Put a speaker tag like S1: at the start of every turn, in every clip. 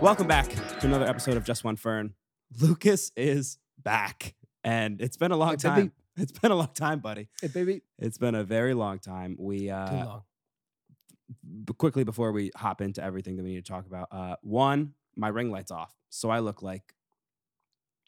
S1: Welcome back to another episode of Just One Fern. Lucas is back, and it's been a long
S2: Hey,
S1: time.
S2: baby.
S1: It's been a long time, buddy.
S2: Hey, baby.
S1: It's been a very long time. We
S2: Too
S1: uh,
S2: long.
S1: b- quickly before we hop into everything that we need to talk about. Uh, one, my ring light's off, so I look like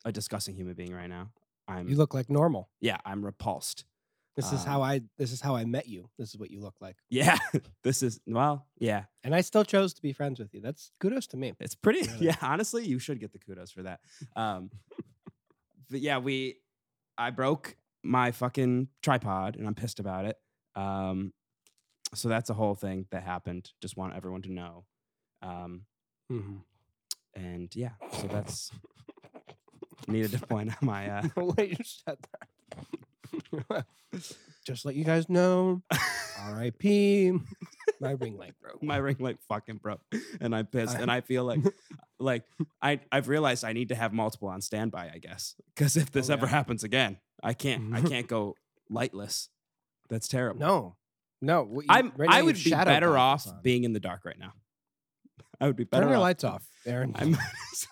S1: a disgusting human being right now. I'm
S2: You look like normal.
S1: yeah, I'm repulsed.
S2: This is
S1: um,
S2: how I. This is how I met you. This is what you look like.
S1: Yeah, this is well, yeah,
S2: And I still chose to be friends with you. That's kudos to me.
S1: it's pretty.
S2: Really?
S1: Yeah, honestly, you should get the kudos for that. Um, but yeah, we, I broke my fucking tripod, and I'm pissed about it. Um, so that's a whole thing that happened. Just want everyone to know. Um,
S2: Mm-hmm.
S1: and yeah, so that's needed to point out my. Uh,
S2: Wait, you said that. Just let you guys know,
S1: uh,
S2: R.I.P. My ring light broke.
S1: my ring light fucking broke and i'm pissed and
S2: I-
S1: i feel like like i i've realized i need to have multiple on standby i guess because if this
S2: Oh,
S1: ever
S2: yeah.
S1: happens again i can't i can't go lightless that's terrible
S2: No, no. what you-
S1: i'm
S2: right now
S1: i
S2: you
S1: would
S2: have
S1: be
S2: shadow
S1: better off
S2: goggles on.
S1: being in the dark right now i would be better
S2: Turn your
S1: off-
S2: lights off, Aaron.
S1: I'm,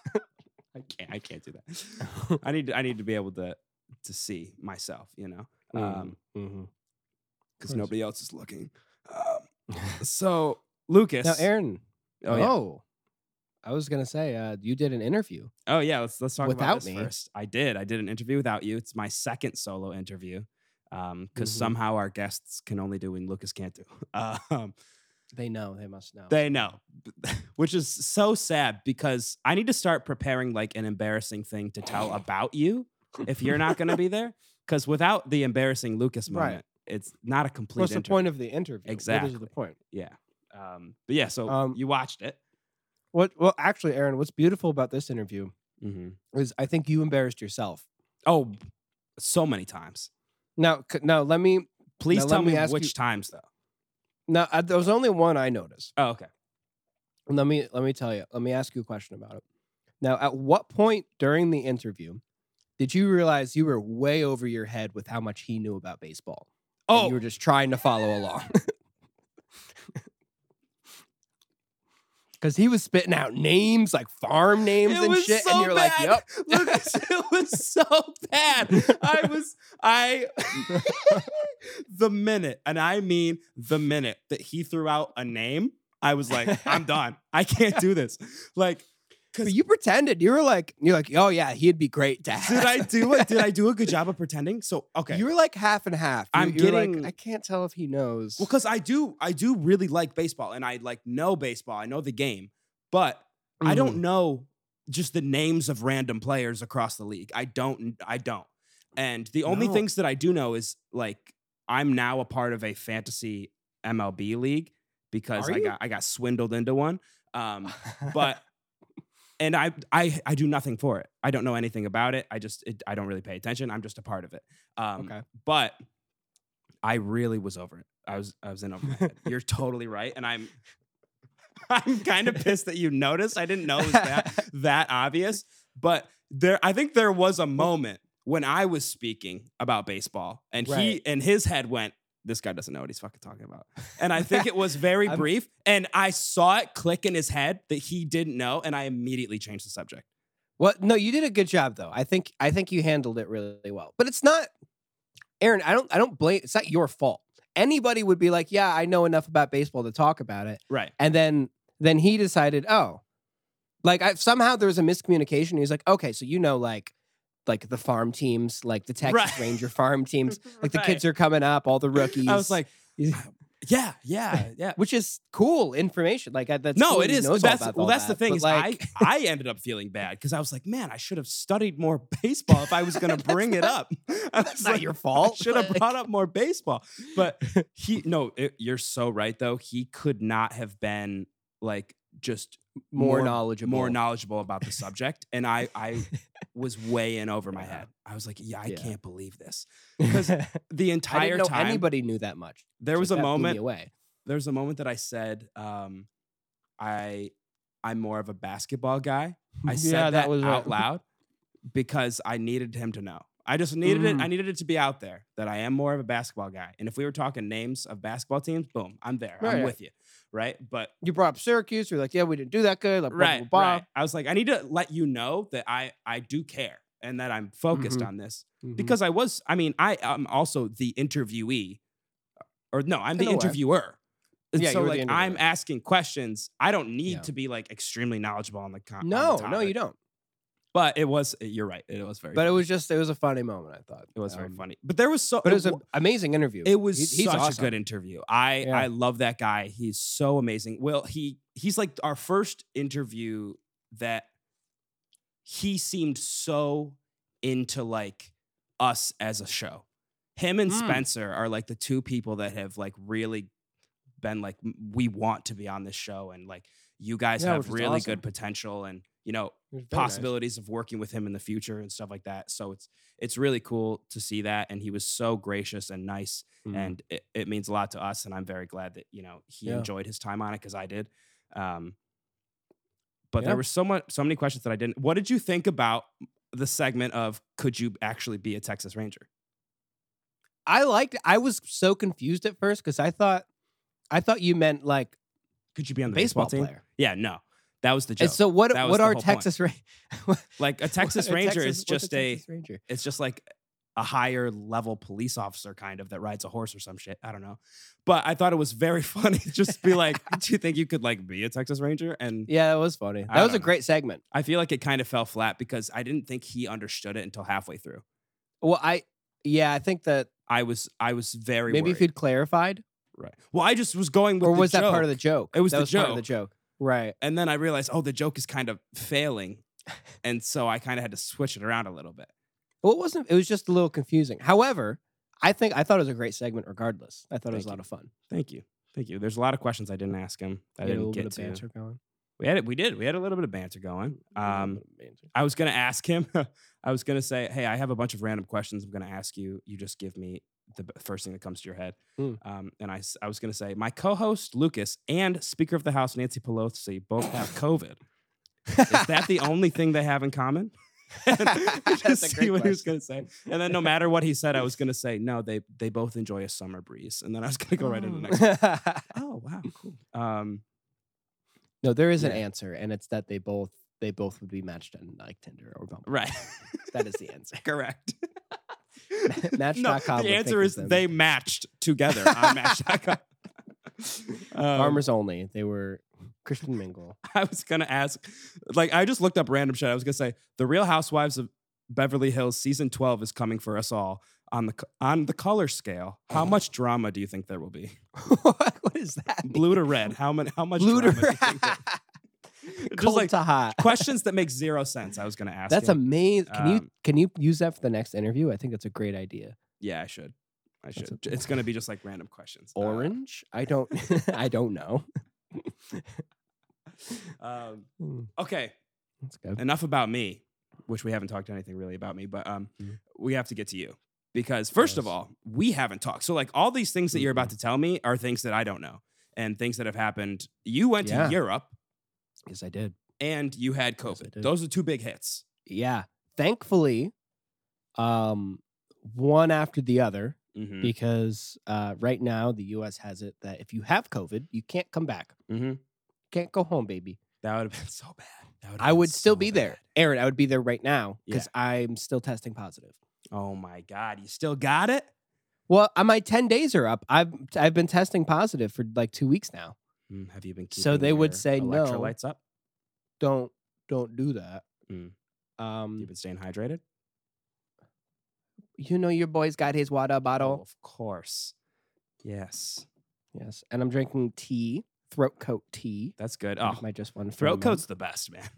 S1: i can't i can't do that i need to, i need to be able to to see myself you know um
S2: Mm,
S1: because
S2: course.
S1: nobody else is looking um,
S2: mhm.
S1: so lucas
S2: now, Aaron.
S1: oh yeah
S2: I was gonna say uh, you did an interview.
S1: Oh yeah, let's let's talk
S2: Without
S1: about this
S2: me.
S1: first. I did. I did an interview without you. It's my second solo interview because
S2: Mhm.
S1: somehow our guests can only do when Lucas can't do. Um,
S2: They know. They must know.
S1: they know, which is so sad because I need to start preparing like an embarrassing thing to tell about you if you're not going to be there. Because without the embarrassing Lucas
S2: Right.
S1: moment, it's not a complete.
S2: What's the
S1: interview.
S2: point of the interview? What
S1: Exactly.
S2: is the point?
S1: Yeah. Um, but yeah, so
S2: Um,
S1: you watched it.
S2: What? Well, actually, Aaron, what's beautiful about this interview
S1: hmm
S2: is I think you embarrassed yourself.
S1: Oh, so many times.
S2: Now, c- now let me.
S1: Please
S2: let
S1: tell
S2: me
S1: me,
S2: ask
S1: which
S2: you-
S1: times though.
S2: Now, uh, there was only one I noticed.
S1: Oh, okay.
S2: And Let me let me tell you. Let me ask you a question about it. Now, at what point during the interview did you realize you were way over your head with how much he knew about baseball? and
S1: Oh,
S2: you were just trying to follow along. Because he was spitting out names like farm names
S1: It
S2: and
S1: was
S2: shit,
S1: so
S2: and you're
S1: bad.
S2: like, "Yep,
S1: Lucas, it was so bad. I was, I, the minute, and I mean the minute that he threw out a name, I was like, I'm done. I can't do this. Like,
S2: But you pretended. You were like, you're like, oh yeah, he'd be great to have.
S1: did I do it? Did I do a good job of pretending? So, okay.
S2: You were like half and half. You-
S1: I'm
S2: you were
S1: getting-
S2: Like, I can't tell if he knows.
S1: well, because I do, I do really like baseball and I like know baseball. I know the game, but I don't
S2: Hmm. Mm.
S1: know just the names of random players across the league. I don't. I don't. And the only
S2: No.
S1: things that I do know is like I'm now a part of a fantasy MLB league because
S2: Are
S1: I
S2: you?
S1: got I got swindled into one. Um, but and I I I do nothing for it. I don't know anything about it. I just it, I don't really pay attention. I'm just a part of it. Um,
S2: okay,
S1: But I really was over it. I was I was in over my head. You're totally right, and I'm I'm kind of pissed that you noticed. I didn't know it was that that obvious, but there I think there was a moment when I was speaking about baseball, and
S2: Right.
S1: he and his head went. This guy doesn't know what he's fucking talking about. And I think it was very
S2: I'm-
S1: brief. And I saw it click in his head that he didn't know. And I immediately changed the subject.
S2: well, no, you did a good job though. I think I think you handled it really well. But it's not, Aaron. I don't I don't blame. It's not your fault. Anybody would be like, yeah, I know enough about baseball to talk about it.
S1: Right.
S2: And then then he decided, oh, like I, somehow there was a miscommunication. He was like, okay, so you know, like like the farm teams, like the Texas
S1: Right.
S2: Ranger farm teams, like the kids are coming up, all the rookies.
S1: I was like,
S2: He's-
S1: yeah, yeah, yeah.
S2: which is cool information. Like I- that's
S1: no,
S2: cool
S1: it
S2: he
S1: is.
S2: knows all
S1: That's
S2: about
S1: well,
S2: all
S1: that's the
S2: that,
S1: thing.
S2: but,
S1: Is
S2: like,
S1: I I ended up feeling bad because I was like, man, I should have studied more baseball if I was going to bring it up. I was
S2: it's not
S1: like,
S2: your
S1: I
S2: fault.
S1: should have
S2: Like,
S1: brought up more baseball. But he, no, it, you're so right though. He could not have been like just
S2: more,
S1: more-
S2: knowledgeable.
S1: more knowledgeable about the subject, and I I was way in over my head. I was like, yeah, I
S2: Yeah.
S1: can't believe this. 'cause
S2: I
S1: The entire
S2: didn't know
S1: time,
S2: anybody knew that much.
S1: there
S2: Like,
S1: was a
S2: that blew me
S1: moment
S2: away.
S1: there's a moment that I said, um, I I'm more of a basketball guy. I said
S2: Yeah,
S1: that,
S2: was
S1: out
S2: right.
S1: loud because I needed him to know. I just needed it.
S2: Mm.
S1: I needed it to be out there that I am more of a basketball guy. And if we were talking names of basketball teams, boom, I'm there. I'm
S2: Right.
S1: with you. Right. But
S2: You brought up Syracuse. You're like, yeah, we didn't do that good. Like, blah,
S1: right,
S2: blah, blah.
S1: right. I was like, I need to let you know that I I do care and that I'm focused
S2: Mhm.
S1: on this
S2: Mhm.
S1: because I was. I mean, I am also the interviewee, or no, I'm
S2: In
S1: the
S2: a way.
S1: interviewer. And
S2: Yeah,
S1: so
S2: you were the
S1: like I'm
S2: interviewer.
S1: asking questions. I don't need
S2: Yeah.
S1: to be like extremely knowledgeable on the con- on the
S2: no, no,
S1: topic.
S2: you don't.
S1: But it was. You're right. It was very.
S2: But it
S1: funny.
S2: was just, it was a funny moment. I thought
S1: It was very
S2: Um,
S1: funny. But there was so.
S2: But it was
S1: wa-
S2: an amazing interview.
S1: It was
S2: He- he's
S1: such
S2: awesome.
S1: a good interview. I
S2: Yeah.
S1: I love that guy. He's so amazing. Well, he he's like our first interview that he seemed so into like us as a show. Him and
S2: Mm.
S1: Spencer are like the two people that have like really been like "M- we want to be on this show and like you guys
S2: Yeah, which
S1: have
S2: is
S1: really
S2: awesome.
S1: good potential and you know
S2: It was very nice.
S1: possibilities of working with him in the future and stuff like that. So it's it's really cool to see that and he was so gracious and nice
S2: Mhm.
S1: and it, it means a lot to us and i'm very glad that you know he
S2: Yeah.
S1: enjoyed his time on it because i did um, but
S2: Yeah.
S1: there were so much so many questions that i didn't what did you think about the segment of could you actually be a texas ranger
S2: I liked. I was so confused at first because I thought, I thought you meant like
S1: could you be on the
S2: baseball,
S1: baseball, team
S2: player.
S1: yeah no that was the joke
S2: And so what?
S1: That was
S2: What
S1: the
S2: are
S1: whole point.
S2: Texas? Ra-
S1: like a texas
S2: what are
S1: ranger
S2: Texas-
S1: is
S2: what's
S1: just a
S2: Texas Ranger.
S1: it's just like a higher level police officer kind of that rides a horse or some shit i don't know but i thought it was very funny to just be like do you think you could like be a texas ranger and
S2: Yeah, that was funny.
S1: I
S2: That was
S1: don't
S2: a
S1: know.
S2: great segment.
S1: I feel like it kind of fell flat because I didn't think he understood it until halfway through.
S2: Well, I yeah, I think that
S1: I was I was very
S2: maybe
S1: worried.
S2: if you'd clarified,
S1: right. Well, I just was going with
S2: or
S1: the
S2: was that part
S1: joke,
S2: of the joke?
S1: It was
S2: that
S1: the
S2: was part of the joke, right?
S1: and then I realized oh the joke is kind of failing, and so I kind of had to switch it around a little bit.
S2: Well, it wasn't. It was just a little confusing. However, I think I thought it was a great segment. Regardless, I thought it was a
S1: Thank
S2: lot of fun.
S1: Thank you, thank you. There's a lot of questions I didn't ask him. that I
S2: You had a
S1: didn't
S2: little bit
S1: get
S2: of
S1: to.
S2: banter going.
S1: We had it. We did. We had a little bit of banter going.
S2: You had a
S1: Um,
S2: little bit of banter.
S1: I was gonna ask him. I was gonna say, "Hey, I have a bunch of random questions. I'm gonna ask you. You just give me the b- first thing that comes to your head."
S2: Hmm.
S1: Um, and I, s- I was gonna say, my co-host Lucas and Speaker of the House Nancy Pelosi both have COVID. Is that the only thing they have in common?
S2: That's
S1: just
S2: a
S1: see
S2: great
S1: what he was gonna say. And then no matter what he said, I was gonna say, "No, they they both enjoy a summer breeze." And then I was gonna go right into the next. Oh wow, cool. Um,
S2: no, there is an
S1: Yeah.
S2: answer, and it's that they both they both would be matched on like Tinder or Bumble.
S1: right,
S2: That is the answer.
S1: correct.
S2: Match.com would
S1: The
S2: think
S1: answer
S2: of
S1: is
S2: them.
S1: they matched together on Match.com. Um,
S2: Farmers only. They were Christian Mingle.
S1: I was gonna ask, like, I just looked up random shit. I was gonna say, "The Real Housewives of Beverly Hills" season twelve is coming for us all on the co- on the color scale.
S2: Oh.
S1: How much drama do you think there will be?
S2: what is that? mean?
S1: Blue to red. How many? How much?
S2: Blue to
S1: drama do you think there- Just
S2: cold
S1: like
S2: to hot.
S1: questions that make zero sense. I was gonna ask.
S2: That's
S1: him.
S2: amazing. Can you
S1: Um,
S2: can you use that for the next interview? I think that's a great idea.
S1: yeah. I should. I
S2: That's
S1: should.
S2: a-
S1: It's gonna be just like random questions. Uh,
S2: Orange? I don't. I don't know.
S1: um,
S2: Hmm,
S1: okay.
S2: That's good.
S1: enough about me, which we haven't talked anything really about me, but um,
S2: Mhm.
S1: we have to get to you because first of
S2: Yes. Mm-hmm.
S1: all, we haven't talked. So like all these things that you're about to tell me are things that I don't know and things that have happened. You went
S2: Yeah.
S1: to Europe
S2: Yes, I did.
S1: and you had
S2: Yes, I
S1: COVID.
S2: did.
S1: Those are two big hits.
S2: Yeah. Thankfully, um, one after the other,
S1: Mm-hmm.
S2: because uh, right now the U.S. has it that if you have COVID, you can't come back,
S1: Mm-hmm.
S2: can't go home, baby.
S1: That would have been so bad. That would've
S2: I
S1: been
S2: would still
S1: so
S2: be there,
S1: bad.
S2: Aaron. I would be there right now because
S1: Yeah.
S2: I'm still testing positive.
S1: Oh my God. You still got it?
S2: Well, uh, my ten days are up. I've I've been testing positive for like two weeks now.
S1: Mm, have you been keeping
S2: So they would
S1: your
S2: say no.
S1: electrolytes up?
S2: Don't don't do that.
S1: Mm.
S2: Um,
S1: You've been staying hydrated?
S2: you know your boy's got his water
S1: Oh,
S2: bottle.
S1: of course. Yes.
S2: Yes, and I'm drinking tea, throat coat tea.
S1: That's good.
S2: I
S1: Oh,
S2: think I just won. for a
S1: throat
S2: month.
S1: coat's the best, man.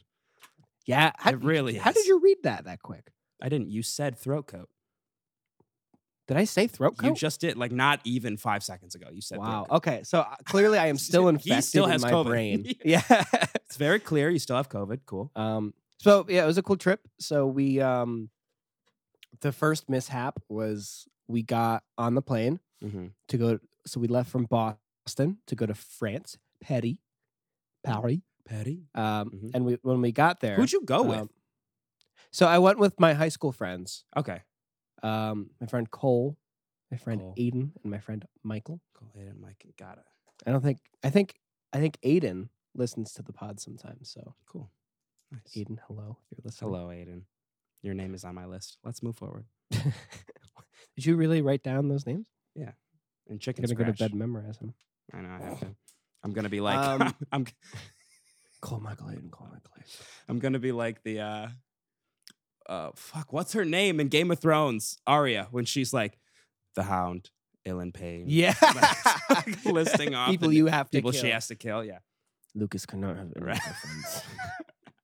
S2: Yeah, how,
S1: it really
S2: how did
S1: is.
S2: you read that that quick?
S1: I didn't. You said throat coat.
S2: Did I say throat coat?
S1: You just did, like not even five seconds ago. You said
S2: wow.
S1: throat coat.
S2: Okay. So uh, clearly, I am still
S1: He
S2: infected
S1: still has
S2: in my
S1: COVID.
S2: brain. yeah.
S1: It's very clear you still have COVID. Cool.
S2: Um. So yeah, it was a cool trip. So we um, the first mishap was we got on the plane
S1: Mm-hmm.
S2: to go. So we left from Boston to go to France, Paris, Paris.
S1: Patty,
S2: Um,
S1: Mhm.
S2: and we when we got there,
S1: who'd you go with?
S2: um, so I went with my high school friends.
S1: okay,
S2: Um, my friend Cole, my friend
S1: Cole.
S2: Aiden, and my friend Michael.
S1: Cool. Aiden, Mike, got it.
S2: I don't think I think I think Aiden listens to the pod sometimes. So
S1: Cool. Nice.
S2: Aiden, hello, if you're listening.
S1: Hello, Aiden. Your name is on my list. Let's move forward.
S2: Did you really write down those names?
S1: And
S2: I'm
S1: chicken
S2: gonna go to
S1: scratch.
S2: bed and memorize them.
S1: I know I have to. I'm gonna be like
S2: Um,
S1: I'm
S2: Cole Michael Aiden, Cole Michael Aiden.
S1: I'm gonna be like the uh uh fuck, what's her name in Game of Thrones? Arya, when she's like the hound, Ilan Payne.
S2: Yeah,
S1: Like, listing off
S2: people
S1: the
S2: you have to
S1: People
S2: kill.
S1: she has to kill, yeah.
S2: Lucas cannot have any
S1: Right.
S2: friends.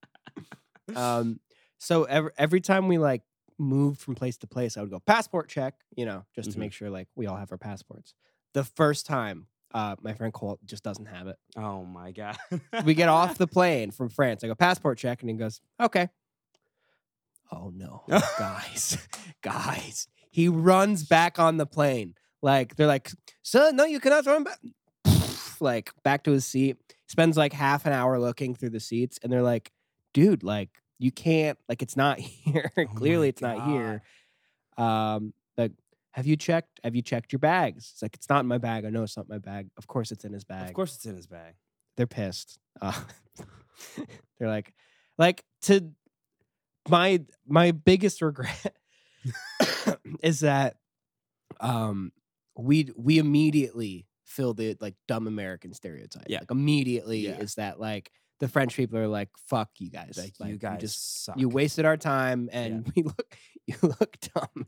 S2: um, so every every time we like moved from place to place, I would go passport check, you know, just
S1: Mhm.
S2: to make sure like we all have our passports. The first time, uh, my friend Cole just doesn't have it.
S1: oh my god.
S2: We get off the plane from France. I go passport check, and he goes, "Okay." Oh no, guys, guys! He runs back on the plane. Like they're like, "Sir, no, you cannot run back." Like back to his seat. Spends like half an hour looking through the seats, and they're like, "Dude, like you can't. Like it's not here.
S1: Oh my
S2: Clearly, it's not here." Um, like, have you checked? Have you checked your bags? It's like it's not in my bag. I know it's not in my bag. Of course, it's in his bag
S1: Of course it's in his bag.
S2: they're pissed. Uh, they're like, like to my my biggest regret is that um we we immediately feel the like dumb American stereotype.
S1: Yeah.
S2: Like immediately
S1: Yeah.
S2: is that like the French people are like, fuck you guys.
S1: Like, you guys
S2: just
S1: suck.
S2: you wasted our time and we look you look dumb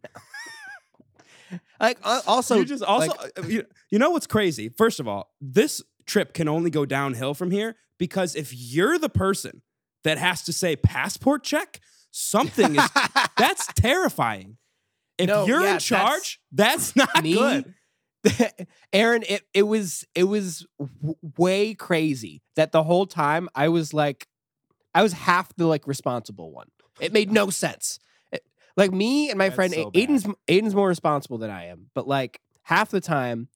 S2: now. like al- also
S1: you just also uh, you, you know what's crazy first of all this trip can only go downhill from here because if you're the person that has to say passport check something is that's terrifying if
S2: No,
S1: you're
S2: yeah,
S1: in
S2: that's-
S1: charge that's, not
S2: me?
S1: good
S2: Aaron, it, it was it was w- way crazy that the whole time I was like, I was half the like responsible one. It made no sense. It- like me and my
S1: That's
S2: friend
S1: so
S2: A- Aiden's Aiden's more responsible than I am, but like half the time,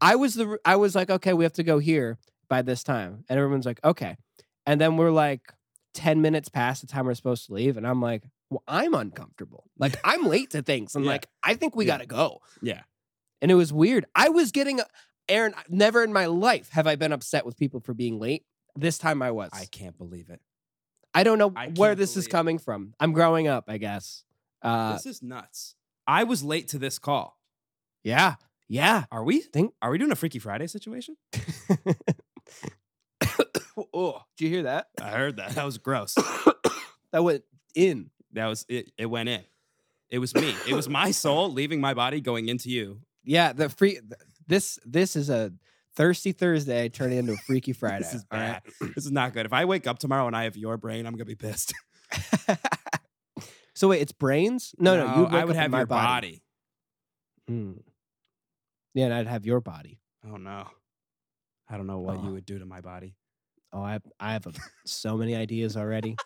S2: I was the r- I was like, okay, we have to go here by this time, and everyone's like, okay, and then we're like ten minutes past the time we're supposed to leave, and I'm like, well, I'm uncomfortable. Like I'm late to things. I'm
S1: Yeah.
S2: like, I think we
S1: Yeah.
S2: gotta go
S1: yeah
S2: and it was weird. I was getting Aaron. Never in my life have I been upset with people for being late. This time I was.
S1: i
S2: I,
S1: can't believe it
S2: don't know
S1: I
S2: where
S1: can't
S2: this is
S1: believe-
S2: coming from. I'm growing up, I guess. Uh,
S1: this is nuts i was late to this call
S2: yeah, yeah.
S1: are we
S2: Think-
S1: are we doing a freaky friday situation
S2: oh, do you hear that?
S1: i heard that that was gross
S2: that went in.
S1: that was it it went in it was me it was my soul leaving my body going into you
S2: Yeah, the free. th- This this is a thirsty Thursday turning into a freaky Friday.
S1: This is
S2: all right?
S1: bad. This is not good. If I wake up tomorrow and I have your brain, I'm gonna be pissed.
S2: so wait, it's brains? No, no. you'd
S1: I
S2: wake
S1: would
S2: up in
S1: have
S2: my
S1: your
S2: body.
S1: body.
S2: Mm. Yeah, and I'd have your body.
S1: Oh no, I don't know what
S2: Oh.
S1: you would do to my body.
S2: Oh, I I have a, so many ideas already.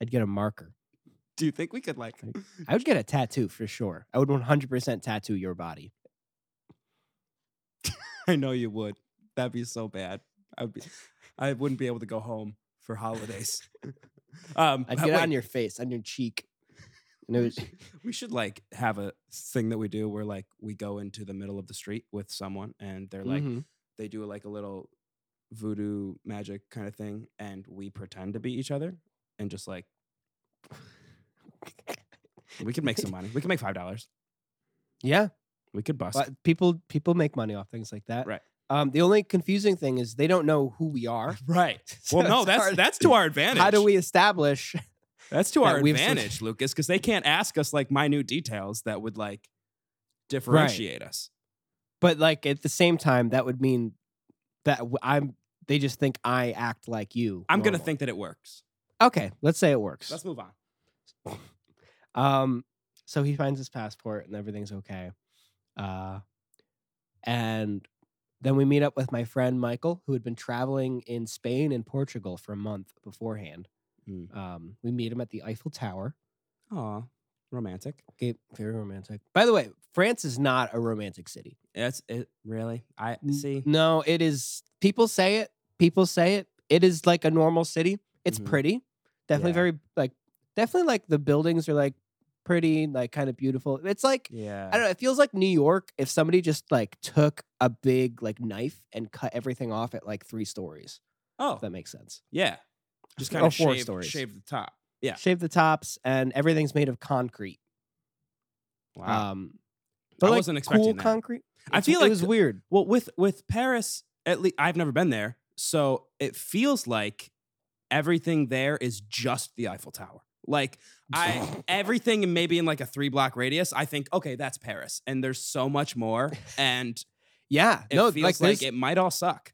S2: I'd get a marker.
S1: Do you think we could like?
S2: I would get a tattoo for sure. I would 100% tattoo your body.
S1: I know you would. That'd be so bad. I'd be, I wouldn't be able to go home for holidays. um, but
S2: I'd get it
S1: wait,
S2: on your face, on your cheek. And it
S1: we
S2: was,
S1: should- we should like have a thing that we do where like we go into the middle of the street with someone and they're like
S2: Mhm.
S1: they do like a little voodoo magic kind of thing and we pretend to be each other and just like
S2: Mm-hmm.
S1: we could make some money we could make five dollars
S2: yeah,
S1: we could bust
S2: but people people make money off things like that.
S1: Right.
S2: Um, the only confusing thing is they don't know who we are.
S1: right
S2: So
S1: well no
S2: it's
S1: that's
S2: hard.
S1: that's to our advantage
S2: How do we establish?
S1: that's to
S2: that
S1: our
S2: we've sort-
S1: advantage lucas because they can't ask us like minute details that would like differentiate us
S2: But like at the same time, that would mean that w- I'm. They just think I act like you.
S1: i'm gonna
S2: normally.
S1: think that it works
S2: Okay, let's say it works.
S1: let's move on
S2: Um, so he finds his passport and everything's okay. Uh, and then we meet up with my friend Michael, who had been traveling in Spain and Portugal for a month beforehand.
S1: Mm.
S2: Um, we meet him at the Eiffel Tower.
S1: Aw, romantic
S2: Okay, very romantic. By the way, France is not a romantic city.
S1: that's it really i
S2: N-
S1: see
S2: No, it is. People say it. People say it. It is like a normal city. It's
S1: Mhm.
S2: pretty. Definitely
S1: Yeah.
S2: very like. Definitely like the buildings are like pretty, like kind of beautiful. It's like
S1: Yeah.
S2: I don't know. It feels like New York if somebody just like took a big like knife and cut everything off at like three stories.
S1: Oh,
S2: If that makes sense.
S1: yeah. Just
S2: Or
S1: kind of
S2: four
S1: shave,
S2: stories.
S1: shave the top. Yeah.
S2: Shave the tops, and everything's made of concrete.
S1: Wow.
S2: Um,
S1: I
S2: but like
S1: wasn't expecting
S2: cool
S1: that.
S2: concrete.
S1: I
S2: It's-
S1: feel
S2: it
S1: like
S2: was
S1: the-
S2: weird.
S1: well, with with Paris, at least I've never been there, so it feels like everything there is just the Eiffel Tower. Like I everything and maybe in like a three block radius, I think, okay, that's Paris. And there's so much more. And
S2: Yeah,
S1: it
S2: no,
S1: feels
S2: like,
S1: like,
S2: there's-
S1: it might all suck.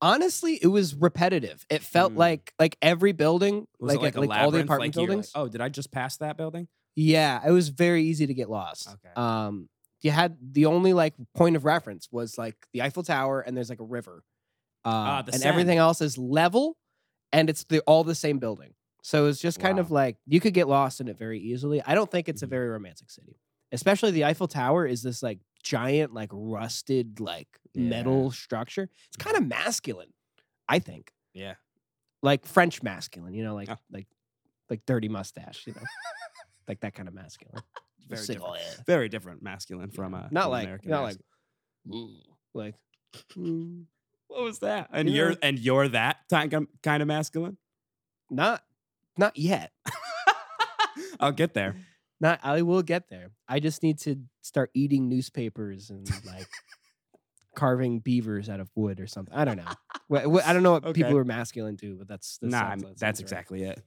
S2: honestly, it was repetitive. It felt
S1: Mm.
S2: like like every building,
S1: Was
S2: like
S1: it like, a
S2: like, all the
S1: labyrinth?
S2: apartment
S1: Like, you were like,
S2: buildings.
S1: oh, did I just pass that building?
S2: Yeah, it was very easy to get lost.
S1: Okay.
S2: Um, you had the only like point of reference was like the Eiffel Tower, and there's like a river, uh,
S1: Ah, the
S2: and everything
S1: Seine.
S2: else is level, and it's the all the same building. So it's just kind of
S1: Wow.
S2: like you could get lost in it very easily. I don't think it's a
S1: Mhm.
S2: very romantic city, especially the Eiffel Tower is this like giant like rusted like metal structure. It's kind of masculine, I think,
S1: Yeah.
S2: like French masculine. You know, like
S1: Oh.
S2: like like dirty mustache. You know, like that kind of masculine.
S1: Very
S2: Sick,
S1: different.
S2: oh, yeah
S1: Very different masculine from uh
S2: not
S1: from
S2: like
S1: American
S2: not
S1: masculine.
S2: like mm, like
S1: What was that? And
S2: You know,
S1: you're
S2: like-
S1: and you're that kind of, kind of masculine.
S2: not not yet
S1: I'll get there.
S2: not i will get there i just need to start eating newspapers and like carving beavers out of wood or something i don't know Wha- wha- i don't know what people
S1: Okay.
S2: who are masculine do but that's, that
S1: nah,
S2: sounds-
S1: I'm-
S2: that sounds
S1: that's
S2: right.
S1: exactly it.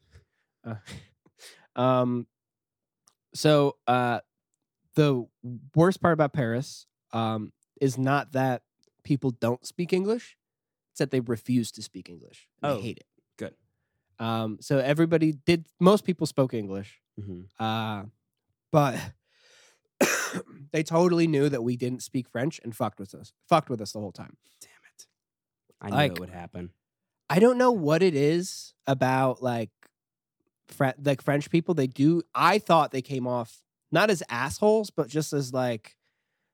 S2: Uh, um, so uh, the worst part about Paris um, is not that people don't speak English; it's that they refuse to speak English. and
S1: Oh,
S2: they hate it.
S1: good.
S2: Um, so everybody did. Most people spoke English,
S1: Mm-hmm.
S2: uh, but they totally knew that we didn't speak French and fucked with us. Fucked with us the whole time.
S1: Damn it! I knew
S2: Like-
S1: it would happen.
S2: I don't know what it is about like Fre- like French people. They do. I thought they came off not as assholes, but just as like